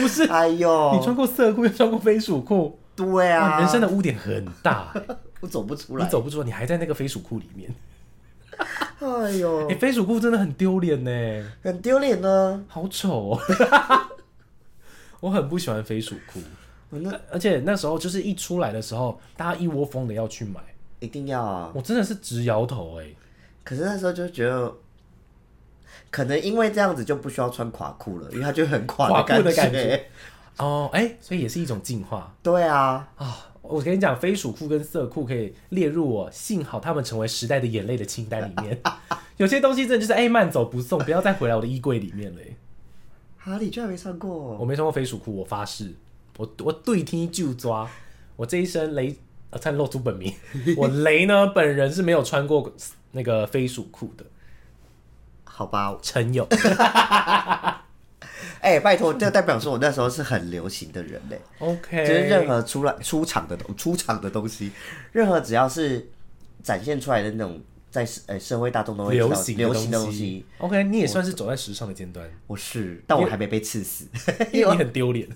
S1: 不是，
S2: 哎
S1: 你穿
S2: 呦，
S1: 过色裤，又穿过飞鼠裤，
S2: 对
S1: 哇，
S2: 啊，
S1: 人生的污点很大、
S2: 我走不出
S1: 你
S2: 来。
S1: 走不出来，你还在那个飞鼠裤里面。
S2: 哎呦
S1: 哎、，飞鼠裤真的很丢脸呢，
S2: 很丢脸啊呢。
S1: 好丑哦。 [laughs] 我很不喜欢飞鼠裤，
S2: 我那
S1: 而且那时候就是一出来的时候，大家一窝蜂的要去买，
S2: 一定要啊。
S1: 我真的是直摇头哎。
S2: 可是那时候就觉得，可能因为这样子就不需要穿垮裤了，因为它就很垮
S1: 垮
S2: 感
S1: 裤的
S2: 觉。
S1: 感觉哦，哎、所以也是一种进化。
S2: 对啊，
S1: 啊、我跟你讲，飞鼠裤跟色裤可以列入我幸好他们成为时代的眼泪的清单里
S2: [laughs]
S1: 面。有些东西真的就是哎、慢走不送，不要再回来我的衣柜里面嘞。
S2: 哈利居然没穿过。
S1: 我没穿过飞鼠裤，我发誓，我我对天就抓，我这一身雷，呃，差点露出本
S2: [laughs]
S1: 名，我雷呢本人是没有穿过那个飞鼠裤的，
S2: 好吧，
S1: 陈友，
S2: 哎、拜托，这代表说我那时候是很流行的人嘞、
S1: OK，
S2: 就是任何出来出场的东出场的东西，任何只要是展现出来的那种在社呃社会大众都会知道
S1: 流行
S2: 流行的
S1: 东
S2: 东西，
S1: OK，你也算是走在时尚的尖端。
S2: 我是，但我还没被刺死。
S1: 因为你很丢
S2: [laughs]
S1: 脸，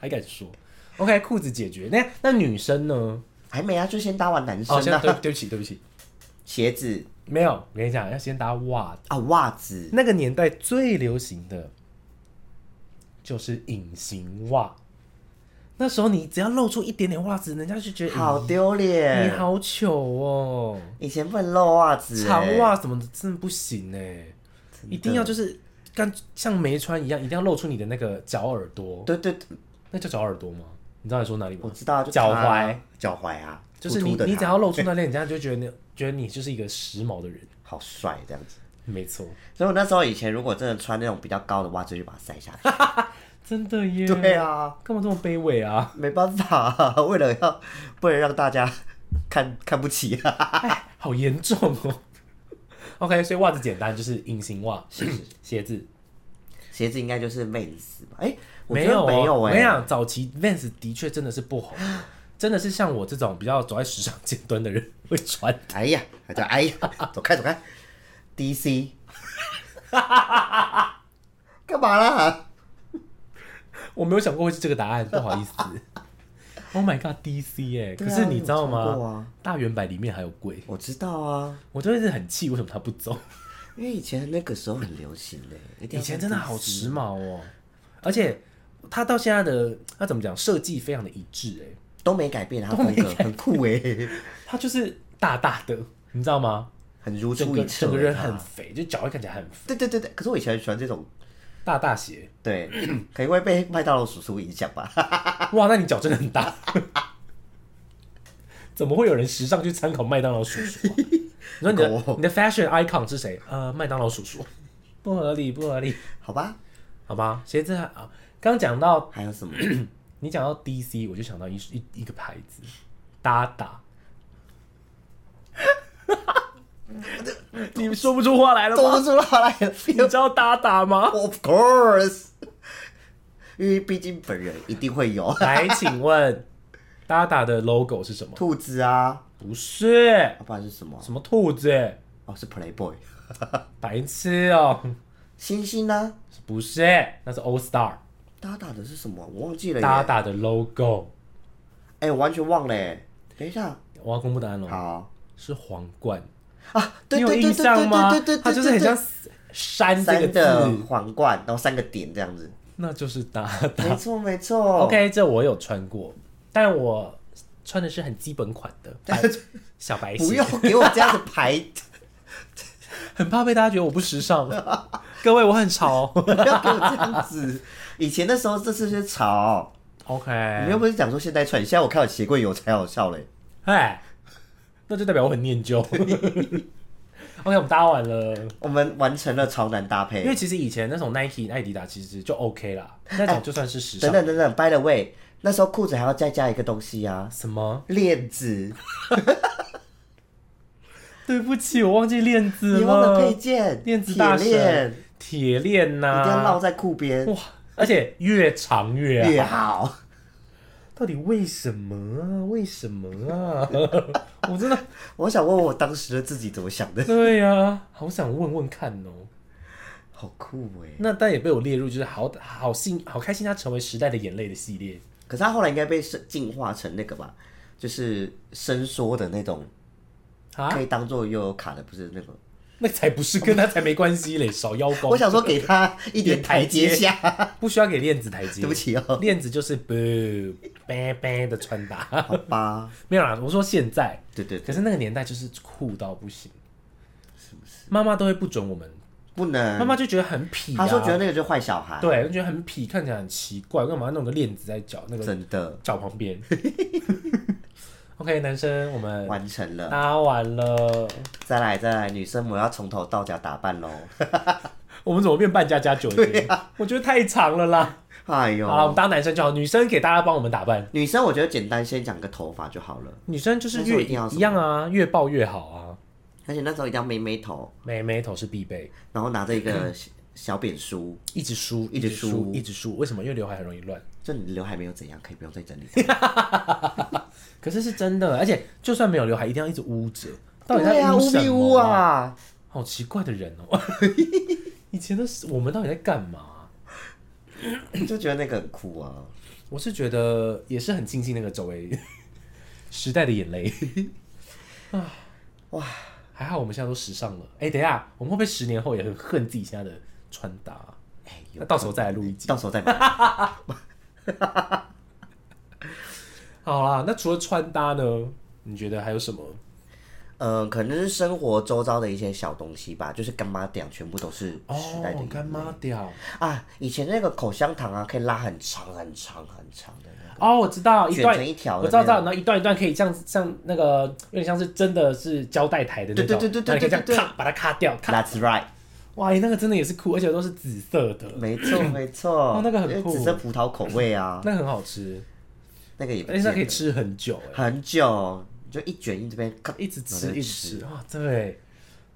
S1: 还敢说？OK，裤子解决。那那女生呢？
S2: 还没啊，就先搭完男生
S1: 哦，现
S2: 啊，
S1: 在对对不起，对不起，
S2: 鞋子
S1: 没有。我跟你讲，要先搭袜子。
S2: 啊，袜子，
S1: 那个年代最流行的就是隐形袜。那时候你只要露出一点点袜子，人家就觉得
S2: 好
S1: 咦
S2: 丢
S1: 你
S2: 脸。
S1: 好糗哦，
S2: 以前不能露袜子、
S1: 长
S2: 欸，
S1: 袜什么的真的不行哎、
S2: 真
S1: 一
S2: 的
S1: 定要就是干像没穿一样，一定要露出你的那个脚耳朵，
S2: 对对，对
S1: 那叫脚耳朵吗？你知道你说哪里吗？
S2: 我知道，就
S1: 脚
S2: 它啊
S1: 踝，
S2: 脚踝啊，
S1: 就是
S2: 凸
S1: 你
S2: 凸的
S1: 你
S2: 它
S1: 只要露出那脸，人家就觉得你觉得你就是一个时髦的人。
S2: 好帅这样子。
S1: 没错，
S2: 所以我那时候以前如果真的穿那种比较高的袜子，就把它塞下去。
S1: [laughs] 真的耶。
S2: 对，啊，
S1: 干嘛这么卑微啊？ [laughs]
S2: 没办法、啊， [laughs] 为了要为了让大家 [laughs] 看看不起啊。
S1: 好严重哦。OK，所以袜子简单，就是隐形袜。鞋子
S2: 鞋子应该就是 Vans 吧？哎、我
S1: 没
S2: 觉得
S1: 有哦
S2: 没有
S1: 我
S2: 哎、
S1: 跟你讲，早期 Vans 的确真的是不红， [gasps] 真的是像我这种比较走在时尚尖端的人会穿。 [laughs]
S2: 哎呀，还叫哎呀，走开走开，DC，干嘛啦？
S1: 我没有想过会是这个答案，不好意思。Oh my god，DC 哎、可是你知道
S2: 啊我有穿过
S1: 吗？
S2: 啊
S1: 大圆百里面还有贵，
S2: 我知道啊， [laughs]
S1: 我真的是很气，为什么他不走？
S2: 因为以前那个时候很流行的，一定
S1: 以
S2: 要
S1: 前
S2: 看
S1: 真的
S2: 第
S1: 好
S2: 四
S1: 时髦哦，而且它到现在的它怎么讲，设计非常的一致哎，
S2: 都没改变，他风格很酷哎，
S1: 它就是大大的，你知道吗？
S2: [laughs] 很如
S1: 整
S2: 出
S1: 个
S2: 一辙
S1: 整个
S2: 欸。
S1: 人
S2: 他
S1: 很肥，就脚会看起来很肥
S2: 对对对对，可是我以前很喜欢这种，
S1: 大大鞋， [laughs] [clears throat]
S2: 对，可能会被麦当劳叔叔影响吧。 [laughs]
S1: 哇，那你脚真的很大。 [laughs] 怎么会有人时尚去参考麦当劳叔叔、啊？你说你的
S2: 狗
S1: 你的 fashion icon 是谁？呃，麦当劳叔叔，不合理，不合理，
S2: 好吧，
S1: 好吧？鞋子还啊，刚讲到
S2: 还有
S1: [laughs]
S2: 什么？
S1: 你讲到 DC，我就想到一一一个牌子，达达。 [laughs] 你说不出话来了
S2: [laughs] 说
S1: 吧？
S2: 不出来了。
S1: 你知道达达吗？
S2: [laughs] Of course，因为毕竟本人一定会有 [laughs]
S1: 来，请问达达的 logo 是什么？
S2: 兔子啊，
S1: 不是，
S2: 要不然是什么？
S1: 什么兔子？
S2: 哦，是 Playboy，
S1: 白痴哦、
S2: 星星啊，
S1: 不是，那是 All Star
S2: 打打的是什么？我忘记了耶。
S1: 达达的 logo。
S2: 哎、我完全忘了耶。等一下，
S1: 我要公布答案了，
S2: 好
S1: 是皇冠。
S2: 啊，
S1: 你
S2: 对
S1: 有
S2: 对对
S1: 印
S2: 对
S1: 象吗？
S2: 对对对对对对，
S1: 它就是很像山这
S2: 三
S1: 个
S2: 的
S1: 字，
S2: 皇冠，然后三个点这样子。
S1: 那就是达达。
S2: 没错没错。
S1: 啊 OK，这我有穿过，但我穿的是很基本款
S2: [laughs]
S1: 的白小白
S2: 不
S1: 鞋
S2: 用，给我这样子排，
S1: 很怕被大家觉得我不时尚。各位，我很潮哦。
S2: [laughs] 不要给我这样子。以前的时候，这是些潮。你
S1: OK，
S2: 又不是讲说现代穿，你现在我看我鞋柜有才好笑嘞。
S1: 哎，那就代表我很念旧。OK，我们搭完了。
S2: 我们完成了潮男搭
S1: 因
S2: 配
S1: 为。其实以前那种 Nike、艾迪达其实就 OK 啦，那种就算是时尚。
S2: 哎等等等等，by the way，那时候裤子还要再加一个东西啊，
S1: 什么？
S2: 链子，
S1: 对不起，我忘记链子
S2: 你忘了配
S1: 了，
S2: 件，
S1: 链子
S2: 铁
S1: 大
S2: 链，
S1: 神
S2: 一，
S1: 铁链呐、
S2: 定要绕在裤边
S1: 哇，而且越长越好
S2: 越好。
S1: 到底为什么啊？为什么啊？ [laughs] 我真的
S2: 我想问我当时的自己怎么想的，
S1: 对呀、好想问问看哦。
S2: 好酷哎、
S1: 那但也被我列入，就是好好幸好开心，它成为时代的眼泪的系列。
S2: 可是他后来应该被深进化成那个吧，就是伸缩的那种，
S1: 啊
S2: 可，以当做悠游卡的，不是那个。
S1: [laughs] 那才不是跟它才没关系嘞，少邀功。
S2: 我想说给
S1: [laughs]
S2: 他一点
S1: 哦点
S2: 台
S1: 台阶
S2: 阶下，
S1: 不需要给链子台阶，
S2: [laughs] 对不起哦，
S1: 链子就是不 bang bang 的穿搭，
S2: 好吧，
S1: [laughs] 没有啦。我说现在，
S2: 对对
S1: 可
S2: 对，
S1: 是那个年代就是酷到不行，妈妈都会不准我们，
S2: 不能。
S1: 妈妈就觉得很痞、啊。
S2: 嗯他说觉得那个就是坏小孩，
S1: 对，就觉得很痞，看起来很奇怪，干嘛弄个链子在脚那个
S2: 真的
S1: 脚旁
S2: [laughs]
S1: 边？OK，男生我们
S2: 完成了。
S1: 搭完了，
S2: 再来再来，女生我要从头到脚打扮喽。
S1: 我们怎么变扮家家酒店？
S2: 啊
S1: 我觉得太长了啦。
S2: 哎
S1: 好了，我们
S2: 呦，
S1: 当男生就好，女生给大家帮我们打扮。
S2: 女生我觉得简单，先讲个头发就好了。
S1: 女生就是
S2: 那时候
S1: 越
S2: 一定要什么
S1: 一样啊，越爆越好啊。
S2: 而且那时候一定要妹妹头，
S1: 妹妹头是必备，
S2: 然后拿着一个
S1: 嗯
S2: 小小扁梳，
S1: 一直梳，
S2: 一直梳
S1: 梳，一直梳。为什么？因为刘海很容易乱。
S2: 就你刘海没有怎样，可以不用再整理。
S1: 可是是真的，而且就算没有刘海，一定要一直捂着。 [laughs] 到底
S2: 对
S1: 在
S2: 啊，
S1: 捂
S2: 乌
S1: 什
S2: 比乌
S1: 么啊？
S2: 啊，
S1: 好奇怪的人哦、 [laughs] 以前的是我们到底在干嘛？
S2: [laughs] 就觉得那个很酷啊。
S1: 我是觉得也是很庆幸那个周围 [laughs] 时代的眼 [laughs] 泪啊
S2: 哇！
S1: 还好我们现在都时尚了。哎、等一下，我们会不会十年后也很恨自己现在的穿搭啊？
S2: 哎呦，
S1: 那到时候再来录一集。
S2: 到时候再买。
S1: 好啦，那除了穿搭呢？你觉得还有什么？
S2: 嗯，可能是生活周遭的一些小东西吧，就是干妈店全部都是时代的
S1: 哦
S2: 眼，泪
S1: 干妈屌！
S2: 啊。以前那个口香糖啊，可以拉很长很长很长的那个，
S1: 哦，我知道，一
S2: 卷
S1: 段
S2: 成一条的
S1: 我知道，
S2: 那
S1: 知道，然后一段一段可以像像那个有点像是真的是胶带台的那种，
S2: 对对对对
S1: 然后你可以这样
S2: 对对对
S1: 咔把它咔掉，咔，
S2: That's right，
S1: 哇，那个真的也是酷，而且都是紫色的，[coughs]
S2: 没错没错
S1: 哦，那个很
S2: 因为
S1: 酷
S2: 紫色葡萄口味啊，
S1: [coughs] 那个很好吃，
S2: 那个也不
S1: 而且它哎可以
S2: 见
S1: 吃很久，
S2: 了
S1: 哎，
S2: 很久，你就一卷一这边，咔
S1: 一直
S2: 然
S1: 吃
S2: 后再
S1: 一直吃，哇，对，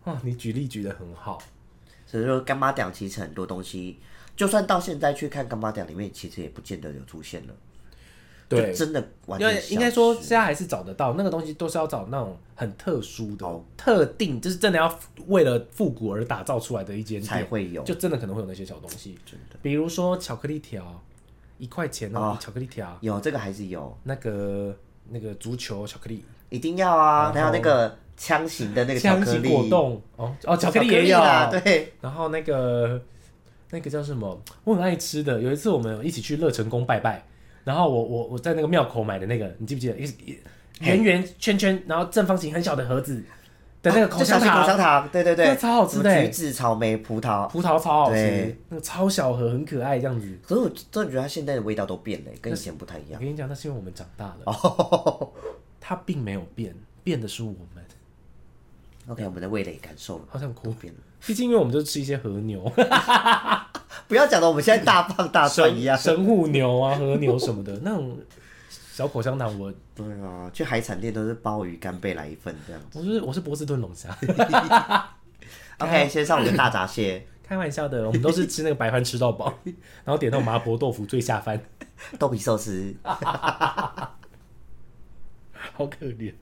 S1: 哇，你举例举的很好，
S2: 所以说干妈店其实很多东西，就算到现在去看干妈店里面，其实也不见得有出现了，
S1: 对
S2: 就，真的完
S1: 要
S2: 全
S1: 应该说
S2: 消
S1: 现
S2: 失
S1: 在还是找得到那个东西，都是要找那种很特殊的
S2: 哦、
S1: 特定，就是真的要为了复古而打造出来的一间
S2: 才
S1: 店，
S2: 会有
S1: 就真的可能会有那些小东西，
S2: 真的啊
S1: 比如说巧克力条，一块钱哦，巧克力条，
S2: 有这个还是有，
S1: 那个那个足球巧克力，
S2: 一定要啊，还有那个枪型的那个巧
S1: 香
S2: 克
S1: 哦型
S2: 力
S1: 果冻哦哦，巧克力也有，
S2: 啦对，
S1: 然后那个那个叫什么，我很爱吃的。有一次我们一起去乐成宫拜拜，然后我我我在那个庙口买的那个，你记不记得？一一圆圆圈圈，然后正方形很小的盒子的那个口
S2: 就哦小
S1: 香
S2: 型口
S1: 糖，
S2: 香糖，对对
S1: 那
S2: 对，
S1: 超好吃的
S2: 什么
S1: 欸
S2: 橘子、草莓、葡萄。
S1: 葡萄超好吃
S2: 对，
S1: 那个超小盒很可爱这样子。
S2: 可是我真的觉得它现在的味道都变了，欸跟以前不太一
S1: 我
S2: 样。 [laughs]
S1: 跟你讲，那是因为我们长大了，
S2: 哦
S1: 它并没有变，变的是我们。
S2: ，OK，我们的味蕾感受
S1: 好想哭
S2: 都，变了。
S1: 毕竟因为我们就吃一些和牛、
S2: 不要讲的我们现在大胖大帅啊
S1: [laughs]
S2: 一样。
S1: 神户牛啊、和牛什么的那种小口香糖，我
S2: 对啊，去海产店都是鲍鱼干贝来一份这样。
S1: 我是我是波士顿龙虾。啊
S2: OK，先上我们的大闸蟹， [laughs]
S1: 开玩笑的，我们都是吃那个白饭吃到饱，然后点那种麻婆豆腐最下饭，
S2: 豆皮寿司。
S1: 好可怜。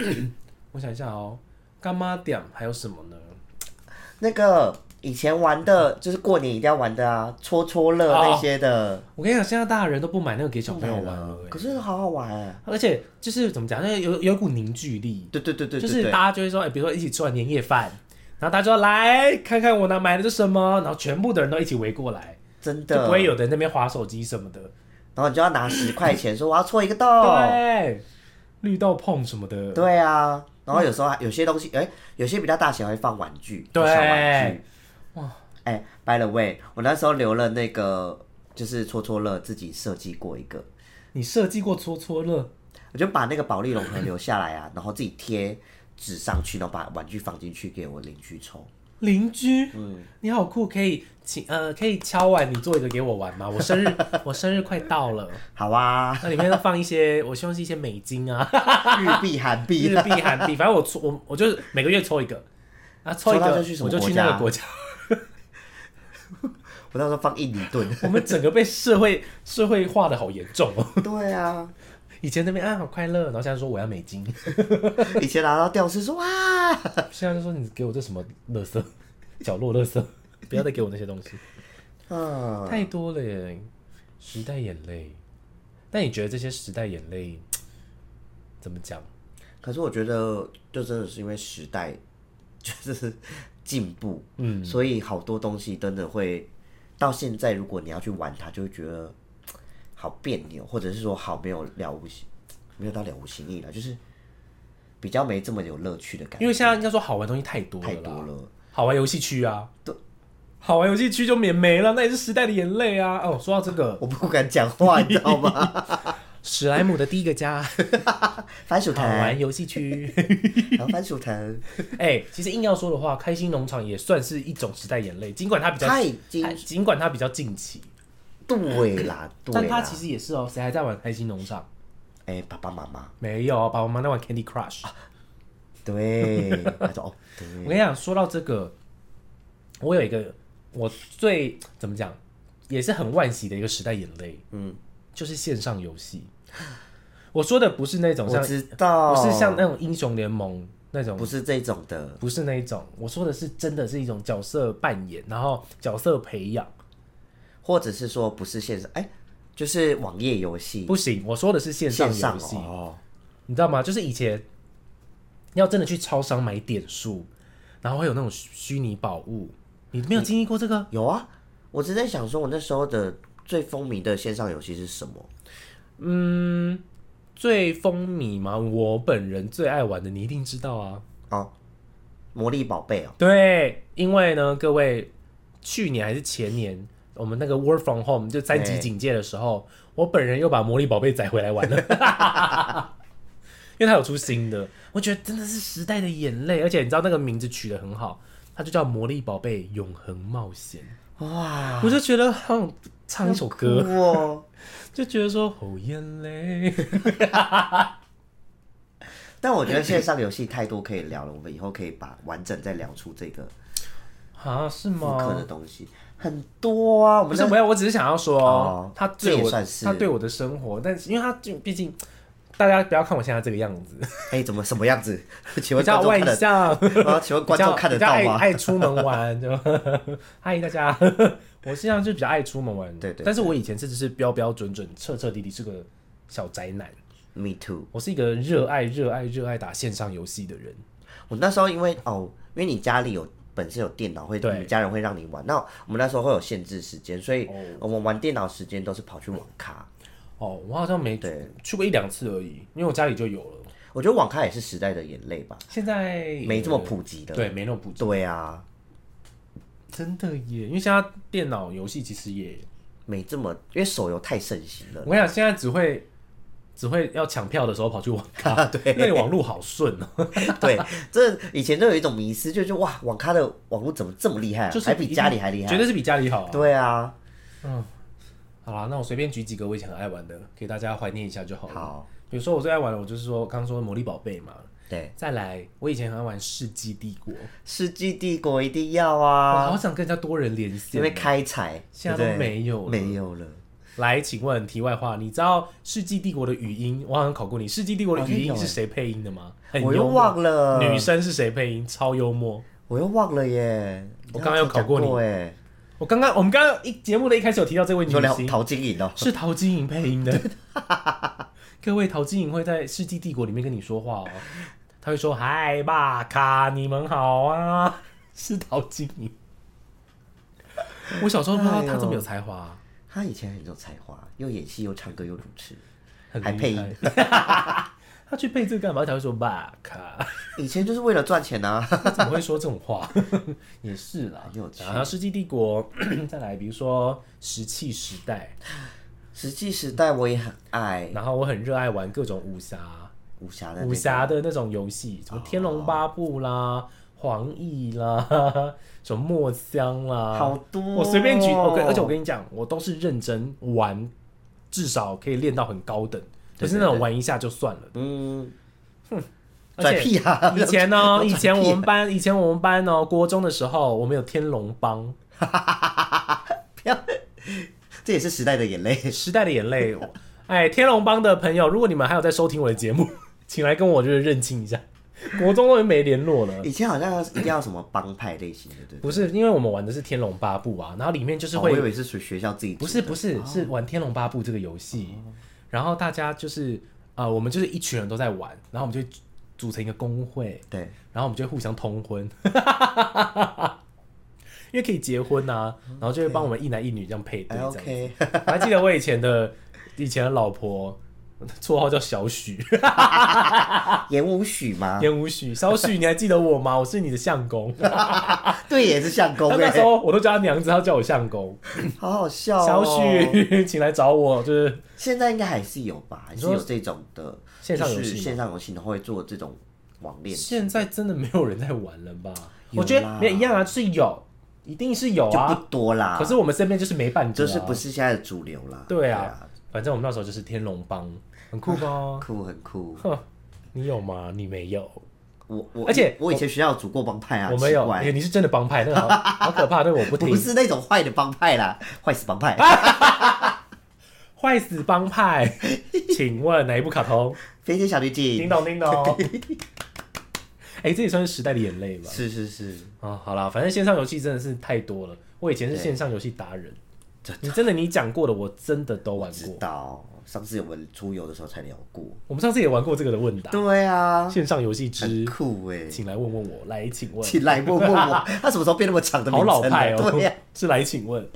S1: [coughs] 我想一下哦，干妈点还有什么呢？
S2: 那个以前玩的，就是过年一定要玩的啊，戳戳乐
S1: 哦
S2: 那些的，
S1: 我跟你讲，现在大人都不买那个给小朋友玩了
S2: 了。
S1: 欸、
S2: 啊可是好好玩欸、
S1: 而且就是怎么讲，那有有一股凝聚力，
S2: 对对对对
S1: 就
S2: 对
S1: 是
S2: 对，
S1: 大家就会说，哎、比如说一起吃完年夜饭，然后大家就要来看看我拿买的是什么，然后全部的人都一起围过来，
S2: 真
S1: 就
S2: 的
S1: 不会有的那边划手机什么的。
S2: 然后你就要拿十块钱说我要戳一个洞。
S1: [laughs] 对，绿豆碰什么的，
S2: 对啊，然后有时候还有些东西，哎、有些比较大型还会放玩具，
S1: 嗯对
S2: 小玩具。
S1: 哇，
S2: 哎、b y the way，我那时候留了那个就是戳戳乐自己设计过一个，
S1: 你设计过搓搓乐？
S2: 我就把那个保利龙盒留下
S1: [laughs]
S2: 来啊，然后自己贴纸上去，然后把玩具放进去给我邻居抽。
S1: 邻居，
S2: 嗯
S1: 你好酷，可以请呃，可以敲碗，你做一个给我玩吗？我生日， [laughs] 我生日快到了，
S2: 好啊，
S1: 那里面放一些，我希望是一些美金
S2: [laughs]
S1: 啊、
S2: 日币韩
S1: [laughs]
S2: 币
S1: 日币、韩币，反正我抽，我我就是每个月抽一个，啊，抽一
S2: 抽
S1: 个
S2: 到就去什么
S1: 我就去
S2: 国家
S1: 那个国家，
S2: 我那时候放印尼
S1: [laughs]
S2: 盾。
S1: 我们整个被社会社会化的好严重哦。
S2: 对啊，
S1: 以前那边啊好快乐，然后现在说我要美金，
S2: 以前拿到吊饰说哇，
S1: 现在就说你给我这什么垃圾，角落垃圾，不要再给我那些东西。
S2: 嗯，
S1: 太多了耶，时代眼泪。那你觉得这些时代眼泪怎么讲？
S2: 可是我觉得就真的是因为时代 [laughs] 就是进步，嗯，所以好多东西真的会到现在，如果你要去玩它，就会觉得好别扭，或者是说好没有了无心，没有到了无新意了，就是比较没这么有乐趣的感
S1: 因
S2: 觉，
S1: 为现在应该说好玩东西太多了
S2: 太
S1: 啦，
S2: 多
S1: [laughs]
S2: 了。
S1: 好玩游戏区啊，
S2: 对，
S1: 好玩游戏区就免没了，那也是时代的眼泪啊。哦，说到这个，
S2: 我不敢讲话，你知
S1: [laughs]
S2: 道吗？
S1: 史莱姆的第一个
S2: [laughs]
S1: 家，
S2: 番薯
S1: 好
S2: 藤，
S1: 玩游戏区。 [laughs]
S2: 然后番薯藤，
S1: 哎、其实硬要说的话，开心农场也算是一种时代眼泪，尽管它比较，
S2: 它已经
S1: 它尽管它比较近期，
S2: 对啦，对啊
S1: 但它
S2: 啦。
S1: 其实也是哦，谁还在玩开心农场？
S2: 哎、爸爸妈妈，
S1: 没有，爸爸妈妈在玩 Candy Crush。
S2: 对，
S1: [laughs]
S2: 他说哦，对，
S1: 嗯我跟你讲，说到这个，我有一个我最怎么讲，也是很惋惜的一个时代眼泪，嗯，就是线上游戏。我说的不是那种
S2: 我
S1: 像，
S2: 知道，
S1: 不是像那种英雄联盟那种，
S2: 不是这种的，
S1: 不是那一种。我说的是真的是一种角色扮演，然后角色培养。
S2: 或者是说不是线上，哎、就是网页游戏，
S1: 不行，我说的是线上
S2: 线
S1: 游戏，
S2: 上哦，
S1: 你知道吗？就是以前要真的去超商买点数，然后会有那种虚虚拟宝物，你
S2: 嗯
S1: 没有经历过这个？
S2: 有啊，我只在想说，我那时候的最风靡的线上游戏是什么？
S1: 最风靡吗？我本人最爱玩的，你一定知道啊。
S2: 哦，魔力宝贝哦，
S1: 对，因为呢，各位，去年还是前年，我们那个 Work from Home 就三级
S2: 对
S1: 警戒的时候，我本人又把《魔力宝贝》载回来玩了， [laughs] 因为它有出新的，我觉得真的是时代的眼泪，而且你知道那个名字取得很好，它就叫《魔力宝贝永恒冒险》，
S2: 哇，
S1: 我就觉得好想唱一首歌，
S2: 酷哦。
S1: 就觉得说哦眼泪，
S2: 但我觉得线上游戏太多可以聊了，我们以后可以把完整再聊出这个
S1: 啊是
S2: 复刻的
S1: 吗？
S2: 东西，很多啊。我
S1: 不
S2: 们
S1: 是，
S2: 那
S1: 没有，我只是想要说，
S2: 哦
S1: 他
S2: 这
S1: 对
S2: 也
S1: 我，
S2: 算是
S1: 他对我的生活，但是因为他就毕竟，大家不要看我现在这个样子，
S2: 哎、怎么什么样子？请
S1: 比
S2: 问
S1: 较
S2: 观众
S1: 外
S2: 看得
S1: 向，
S2: 啊，请问观众看得
S1: 比
S2: 到
S1: 较比较爱
S2: 吗？
S1: 爱出门玩，就嗨大家，我实际上就比较爱出门玩，
S2: 对对对
S1: 但是我以前真的是标标准准、彻彻底底是个小宅男，
S2: Me too。
S1: 我是一个热爱、热爱、热爱打线上游戏的人，
S2: 我那时候因为哦，因为你家里有本身有电脑，会
S1: 对
S2: 你家人会让你玩。那我们那时候会有限制时间，所以
S1: 哦
S2: 我们玩电脑时间都是跑去网咖。
S1: 哦，我好像没
S2: 对
S1: 去过一两次而已，因为我家里就有了。
S2: 我觉得网咖也是时代的眼泪吧，
S1: 现在
S2: 没这么普及的。
S1: 对，没那么普及，
S2: 对啊，
S1: 真的耶！因为现在电脑游戏其实也，
S2: 没这么，因为手游太盛行了
S1: [laughs] 我。跟你讲，现在只会只会要抢票的时候跑去网
S2: [laughs] 啊
S1: 咖，对，那里网路好顺哦、
S2: 对，这以前都有一种迷失，就是哇，网咖的网络怎么这么厉害、 [laughs] 啊，
S1: 就是
S2: 还比家里还厉
S1: 绝
S2: 害。
S1: 对是比家里好、啊。
S2: 对啊，
S1: 好啦，那我随便举几个我以前很爱玩的，给大家怀念一下就好了。
S2: 好，
S1: 比如说我最爱玩的，我就是说刚刚说的魔力宝贝嘛，
S2: 对，
S1: 再来我以前很爱玩世纪帝国，
S2: 世纪帝国一定要
S1: 我好
S2: 啊，
S1: 想跟人家多哦人连
S2: 因
S1: 线
S2: 为。开采
S1: 啊现在
S2: 对
S1: 都
S2: 不对
S1: 没有了
S2: 没有了。
S1: 来，请问题外话，你知道《世纪帝国》的语音？我好像考过你，《世纪帝国》
S2: 好
S1: 的
S2: 像
S1: 语音
S2: 有
S1: 是
S2: 欸
S1: 谁配音的吗？很
S2: 我
S1: 幽
S2: 又
S1: 默
S2: 忘了
S1: 女生是谁配音，超幽默。
S2: 我又忘了耶。
S1: 我刚刚有考过你
S2: 哎，
S1: 我刚刚我们刚刚一节目的一开始有提到这位
S2: 你
S1: 女
S2: 说聊
S1: 星
S2: 陶晶莹哦，
S1: 是陶晶莹配音的。 [laughs] 各位，陶晶莹会在《世纪帝国》里面跟你说话哦，她会说：“嗨，巴卡，你们好啊。” [laughs] 是陶晶莹。我小时候不知道她这么有才华、
S2: 她以前很有才华，又演戏又唱歌又主持。
S1: 很厉
S2: 哎还配
S1: 害。 [laughs] 她去配这个干嘛？她会说巴卡。 [laughs]
S2: 以前就是为了赚钱啊。 [laughs]
S1: 他怎么会说这种话？也是啦，
S2: 很有趣
S1: 然后《世纪帝国》 [clears throat] 再来，比如说《石器时代
S2: 实际时代我也很》，爱
S1: 然后我很热爱玩各种武侠、
S2: 武侠呃的那个哦
S1: 武侠的那种游戏，什么《天龙八部》啦、黄奕啦、 [laughs] 什么墨香啦，
S2: 好多哦
S1: 我随便举，我跟而且我跟你讲，我都是认真玩，至少可以练到很高等，不是那
S2: 对对
S1: 种
S2: 对
S1: 玩一下就算了。
S2: 嗯，
S1: 而
S2: [laughs] 拽
S1: 且
S2: 屁啊！
S1: 以前呢，
S2: 拽屁
S1: 以
S2: 啊
S1: 前我们班，以前我们班哦，国中的时候，我们有天龙帮。
S2: [laughs] 这也是时代的眼泪。
S1: 时代的眼泪。哎，天龙帮的朋友，如果你们还有在收听我的节目， [laughs] 请来跟我就是认清一下，国中都没联络了。
S2: 以前好像要一定要什么帮派类型的，对不对
S1: 不是，因为我们玩的是《天龙八部》啊，然后里面就是
S2: 哦我
S1: 会、
S2: 以为是属于学校自己组
S1: 不
S2: 的。
S1: 是不是是玩《天龙八部》这个游戏，
S2: 哦
S1: 然后大家就是呃，我们就是一群人都在玩，然后我们就组成一个公会，
S2: 对，
S1: 然后我们就会互相通婚， [laughs] 因为可以结婚呐、啊，然后就会帮我们一男一女这样配对
S2: 嗯哎
S1: 这样子。 [laughs]
S2: OK，
S1: 我还记得我以前的以前的老婆， [laughs] 绰号叫小许，
S2: 演武许
S1: [laughs]
S2: 吗？
S1: 烟无许。小许，你还记得我吗？我是你的相
S2: [laughs]
S1: 公。
S2: 对，也是相公
S1: 她那时
S2: 哎，
S1: 候我都叫她娘子，她叫我相公。
S2: [laughs] 好好笑哦。
S1: 小许， [laughs] 请来找我，就是
S2: 现在应该还是有吧，还是
S1: 说
S2: 有这种的
S1: 线上游戏吗
S2: 就是线上游戏都会做这种网恋，
S1: 现在真的没有人在玩了吧？
S2: 有
S1: [laughs]
S2: 啦
S1: 我觉得没有一样啊，就是有，一定是有
S2: 就不
S1: 啊。
S2: 多啦。
S1: 可是我们身边就是没伴奏、啊，
S2: 就是不是现在的主流啦。
S1: 对啊，反正我们那时候就是天龙帮，很酷吧
S2: 对啊，？酷很酷。
S1: 哼， [laughs] 你有吗？你没有。
S2: 我我
S1: 而且
S2: 我以前学校有组过帮派啊，
S1: 我没有，
S2: 奇怪
S1: 哎你是真的帮派，那个好 [laughs] 好可怕，对我不听啊
S2: 不。是那种坏的帮派啦，坏死帮派。
S1: 坏死帮 [laughs] 派，请问哪一部卡 [laughs] 通？
S2: 飞天小女
S1: 叮
S2: 警，
S1: 咚叮 [laughs] 咚。哎、这也算是时代的眼泪吧？
S2: 是是是，
S1: 啊，好啦，反正线上游戏真的是太多了。我以前是线上游戏达人，你真的你讲过的，我真的都玩
S2: 知
S1: 过。
S2: 道。上次我们出游的时候才聊过。
S1: 我们上次也玩过这个的问答，
S2: 对啊，
S1: 线上游戏
S2: 很
S1: 之，
S2: 酷哎，
S1: 请来问问我，来请问，
S2: 请来问问我，他什么时候变那么长的名
S1: 好老
S2: 称了？
S1: 派哦、
S2: 对呀，啊
S1: 是来请问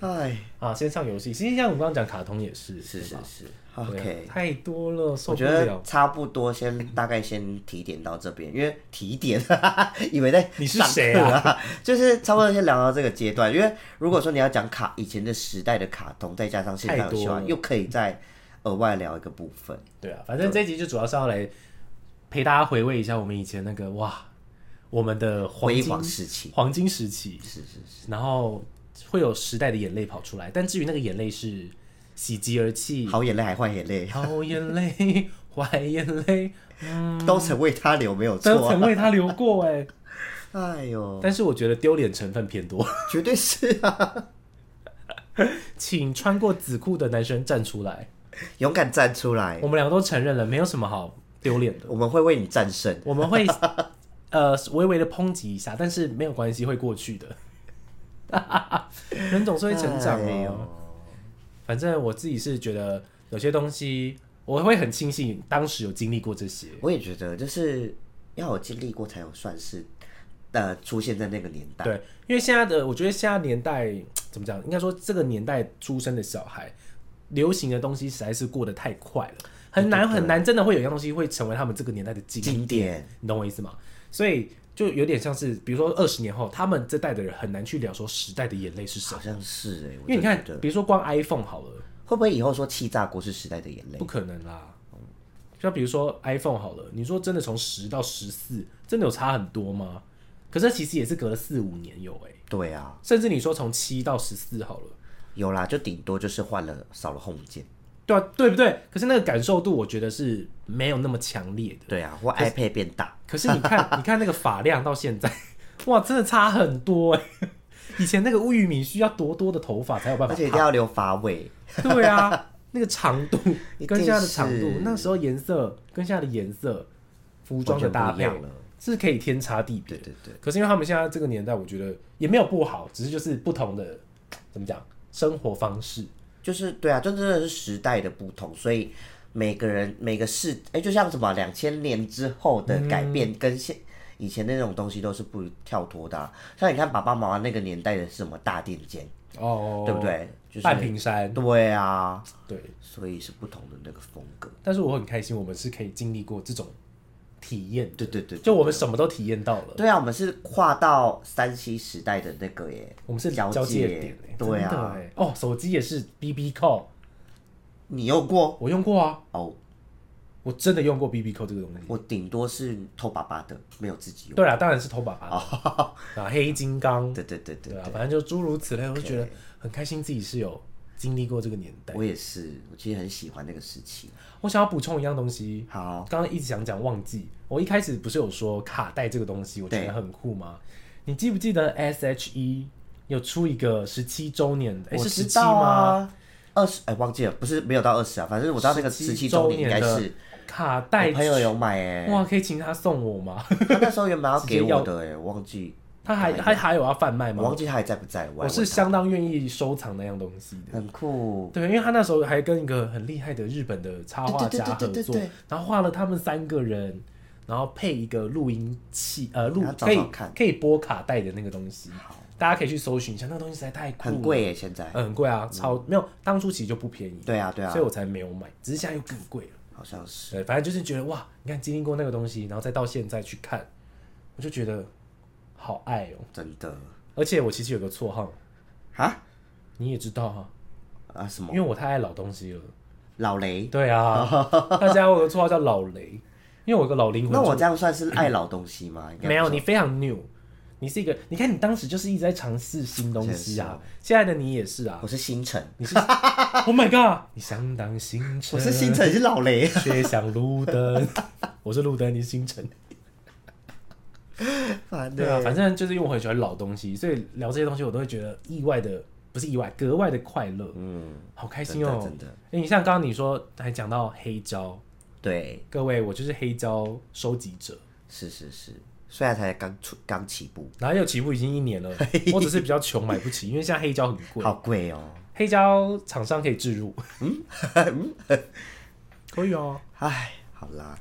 S2: 哎，
S1: 啊，线上游戏，其实像我们刚刚讲卡通也是，
S2: 是
S1: 对
S2: 是
S1: 吧
S2: 是
S1: 对啊
S2: ，OK。
S1: 太多了，受
S2: 我
S1: 不
S2: 觉
S1: 了
S2: 得。差不多先，大概先提点到这边，因为提点， [laughs] 以为在
S1: 你是
S2: 上
S1: 谁
S2: 课
S1: 啊
S2: 啊？ [laughs] 就是差不多先聊到这个阶段，因为如果说你要讲卡以前的时代的卡通，再加上现在
S1: 太
S2: 的
S1: 多
S2: 喜欢，
S1: 了
S2: 又可以再额外聊一个部分。
S1: 对啊，反正这一集就主要是要来陪大家回味一下我们以前那个哇，我们的黄
S2: 辉
S1: 金
S2: 煌时期，
S1: 黄金时期，
S2: 是是是，
S1: 然后会有时代的眼泪跑出来，但至于那个眼泪是喜极而
S2: [laughs]
S1: 泣，
S2: 好眼泪还坏眼泪，
S1: 好眼泪、坏眼泪
S2: 都曾为他流，没有
S1: 嗯都
S2: 错
S1: 曾
S2: 啊。
S1: 为他流过哎，
S2: 哎呦，
S1: 但是我觉得丢脸成分偏多， [laughs]
S2: 绝对是 [laughs] 啊！
S1: 请穿过紫裤的男生站出来，
S2: 勇敢站出来
S1: 我，们两个都承认了，没有什么好丢脸的，
S2: 我们会为你战胜。
S1: 我们会 [laughs] 呃微微的抨击一下，但是没有关系，会过去的。 [laughs] 人总是会成长哦
S2: 哎
S1: 的、
S2: 呦
S1: 反正我自己是觉得有些东西，我会很庆幸当时有经历过这些。
S2: 我也觉得，就是要有经历过才有算是呃出现在那个年代。
S1: 对，因为现在的我觉得现在年代怎么讲，应该说这个年代出生的小孩，流行的东西实在是过得太快了，很难很难，真的会有一样东西会成为他们这个年代的经典，
S2: 经典
S1: 你懂我意思吗？所以就有点像是，比如说二十年后，他们这代的人很难去聊说时代的眼泪是什
S2: 好
S1: 么，
S2: 像是哎、欸，
S1: 因
S2: 我
S1: 为你看
S2: 就觉得，
S1: 比如说光 iPhone 好了，
S2: 会不会以后说气炸锅是时代的眼泪
S1: 不？可能啦。像比如说 iPhone 好了，你说真的从十到十四，真的有差很多吗？可是其实也是隔了四五年有哎、
S2: 对啊，
S1: 甚至你说从七到十四好了，
S2: 有啦，就顶多就是换了少了 home 键，
S1: 对啊，对不对？可是那个感受度，我觉得是没有那么强烈的。
S2: 对啊，或 iPad 变大，
S1: 可是你
S2: [laughs]
S1: 看，你看那个发量到现在， [laughs] 哇，真的差很多哎、 [laughs] 以前那个玉米需要多多的头发才有办法
S2: 而且一定要留发尾。
S1: 烫，对
S2: [laughs]
S1: 啊，那个长度
S2: 一定
S1: 跟现在的长度
S2: 是，
S1: 那时候颜色跟现在的颜色，服装的搭配
S2: 完全不一样了
S1: 是可以天差地别
S2: 对
S1: 的。
S2: 对对，
S1: 可是因为他们现在这个年代，我觉得也没有不好，只是就是不同的怎么讲生活方式。
S2: 就是对啊，就真的是时代的不同，所以每个人每个世，哎、就像什么两千年之后的改变跟现。以前那种东西都是不跳脱的啊、像你看爸爸妈妈那个年代的是什么大垫肩，
S1: 哦，
S2: 对不？对？就是
S1: 半屏山，
S2: 对啊，
S1: 对。
S2: 所以是不同的那个风格。
S1: 但是我很开心，我们是可以经历过这种体验的，
S2: 对对对，
S1: 就我们什么都体验到了。
S2: 对啊，我们是跨到三七时代的那个耶，
S1: 我们是
S2: 交
S1: 交界点、欸，
S2: 对
S1: 真的
S2: 啊，
S1: 欸哦，手机也是 B B 扣，
S2: 你用过
S1: 我用过啊，
S2: 哦？
S1: 我真的用过 B B 扣这个东西。
S2: 我顶多是偷爸爸的，没有自己用。
S1: 对啦，当然是偷
S2: [laughs]
S1: 爸爸的啊，黑金刚，
S2: 对对对对
S1: 对啊，
S2: 对，
S1: 反正就诸如此类，我就觉得很开心自己是有经历过这个年代。
S2: 我也是，我其实很喜欢那个时期。
S1: 我想要补充一样东西，
S2: 好，
S1: 哦刚刚一直想讲忘记，我一开始不是有说卡带这个东西，我觉得很酷吗？你记不记得 S H E 有出一个十七周年的？诶
S2: 我
S1: 是
S2: 知
S1: 哎十七
S2: 道
S1: 吗？
S2: 啊，二十哎忘记了，不是没有到二十啊，反正我知道那个十七周年应该
S1: 的
S2: 是
S1: 卡带
S2: 我朋友有
S1: [laughs]
S2: 买哎，
S1: 哇，可以请他送我吗？ [laughs]
S2: 他那时候原本要
S1: 直接
S2: 给
S1: 要
S2: 我的哎，我忘记
S1: 他还他还有要贩卖
S2: 我
S1: 吗
S2: 忘？记他还在不在，我
S1: 我
S2: 还
S1: 是
S2: 问
S1: 相当愿意收藏那样东西的。
S2: 很酷，
S1: 对，因为他那时候还跟一个很厉害的日本的插画家合
S2: 对对对对
S1: 作
S2: 对对对，
S1: 然后画了他们三个人，然后配一个录音器，呃，录
S2: 我要找
S1: 可以
S2: 找看
S1: 可以播卡带的那个东西，大家可以去搜寻一下，那个东西实在太酷了
S2: 很，贵哎，现在
S1: 呃很贵啊，超没有，当初其实就不便宜，
S2: 对啊对啊
S1: 所以，我才没有买，只是现在又更贵了。
S2: 好像是。
S1: 对，反正就是觉得哇，你看经历过那个东西，然后再到现在去看，我就觉得好爱哦。
S2: 真的
S1: 而且我其实有个绰号，
S2: 啊
S1: 你也知道哈、
S2: 啊什么
S1: 因为我太爱老东西了。
S2: 老雷？
S1: 对啊，
S2: [laughs]
S1: 大家我有个绰号叫老雷，因为我有个老灵魂。
S2: 那我这样算是爱老东西吗？应该
S1: 没有，你非常 new，你是一个，你看你当时就是一直在尝试新东西啊，现在的你也是啊
S2: 我。是星辰，
S1: 你是，Oh my god！你相当星辰，
S2: 我是星辰，你是老雷，
S1: 却像路
S2: [laughs]
S1: 灯。我是路灯，你是星辰。
S2: 烦
S1: 对啊，
S2: 欸
S1: [laughs] 反正就是因为我很喜欢老东西，所以聊这些东西我都会觉得意外的，不是意外，格外的快乐，
S2: 嗯，
S1: 好开心哦、
S2: 真的真的
S1: 哎、你像刚刚你说还讲到黑胶，
S2: 对，
S1: 各位，我就是黑胶收集者，
S2: 是是是，虽然才刚出刚起步，
S1: 然后又起步已经一年 [laughs] 了，我只是比较穷买不起，因为现在黑胶很 [laughs] 贵，
S2: 好贵哦。
S1: 黑胶厂商可以置入，嗯可以哦、
S2: 唉，好啦，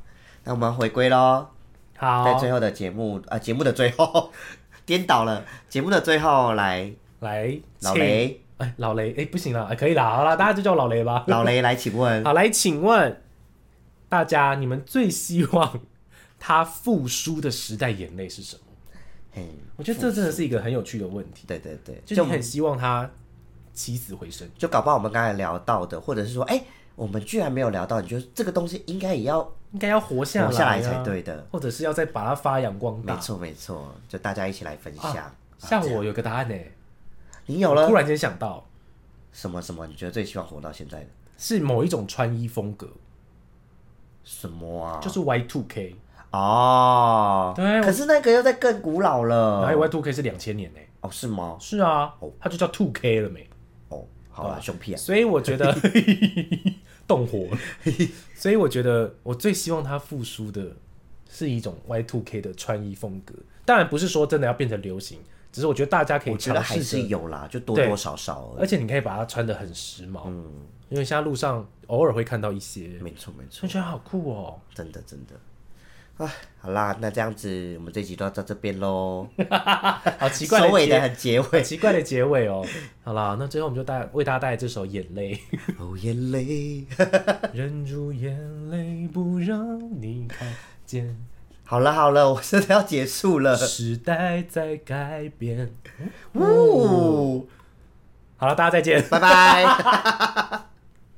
S2: 那我们回归喽，在
S1: 好，
S2: 最后的节目啊，节目的最后 [laughs] 颠倒了，节目的最后来
S1: 来，
S2: 老
S1: 请，
S2: 雷，
S1: 哎、老雷，哎、不行了，哎可以啦，好啦，大家就叫我老雷吧。
S2: [laughs] 老雷来，请问
S1: 好，来，请问大家，你们最希望他复苏的时代眼泪是什么？
S2: 嘿，
S1: 我觉得这真的是一个很有趣的问题，
S2: 对对对，
S1: 就是你很希望他起死回生。
S2: 就搞不好我们刚才聊到的，或者是说，哎、我们居然没有聊到，你觉得这个东西应该也要
S1: 应该要活下来、啊，
S2: 活下来才对的，
S1: 或者是要再把它发扬光
S2: 没
S1: 大。
S2: 错没错，就大家一起来分享。
S1: 啊像我有个答案欸呢、
S2: 你有
S1: 我
S2: 了
S1: 突然间想到
S2: 什么什么？你觉得最希望活到现在的
S1: 是某一种穿衣风格，
S2: 什么啊？
S1: 就是 Y two K，
S2: 哦，
S1: 对我
S2: 可是那个又在更古老
S1: 然后
S2: 了。
S1: Y two K 是两千年呢、
S2: 哦，是吗？
S1: 是啊，它就叫 two K 了没？
S2: 哦，好了，胸屁啊，
S1: 所以我觉
S2: [laughs]
S1: 得动火了，所以我觉得我最希望它复苏的是一种 Y two K 的穿衣风格。当然不是说真的要变成流行，只是我觉得大家可以
S2: 我觉得
S1: 尝
S2: 还
S1: 试
S2: 是
S1: 着，
S2: 有啦，就多
S1: 对
S2: 多少少而
S1: 而且你可以把它穿的很时髦。嗯，因为现在路上偶尔会看到一些
S2: 嗯已。，没错没
S1: 就
S2: 错，
S1: 觉得好酷哦。
S2: 真的真的。好啦，那这样子我们这集就到这边喽，
S1: 好奇怪的
S2: 收尾
S1: 结
S2: 的很结
S1: 很
S2: 尾。
S1: 奇怪的结尾哦。好啦，那最后我们就带为大家带来这首《眼泪》，
S2: 哦，眼泪。 [laughs]
S1: 忍住眼泪，不让你看见，
S2: 好了好了，我真的要结束了。
S1: 时代在改变。
S2: 呜，
S1: 好了，大家再见。
S2: 拜拜。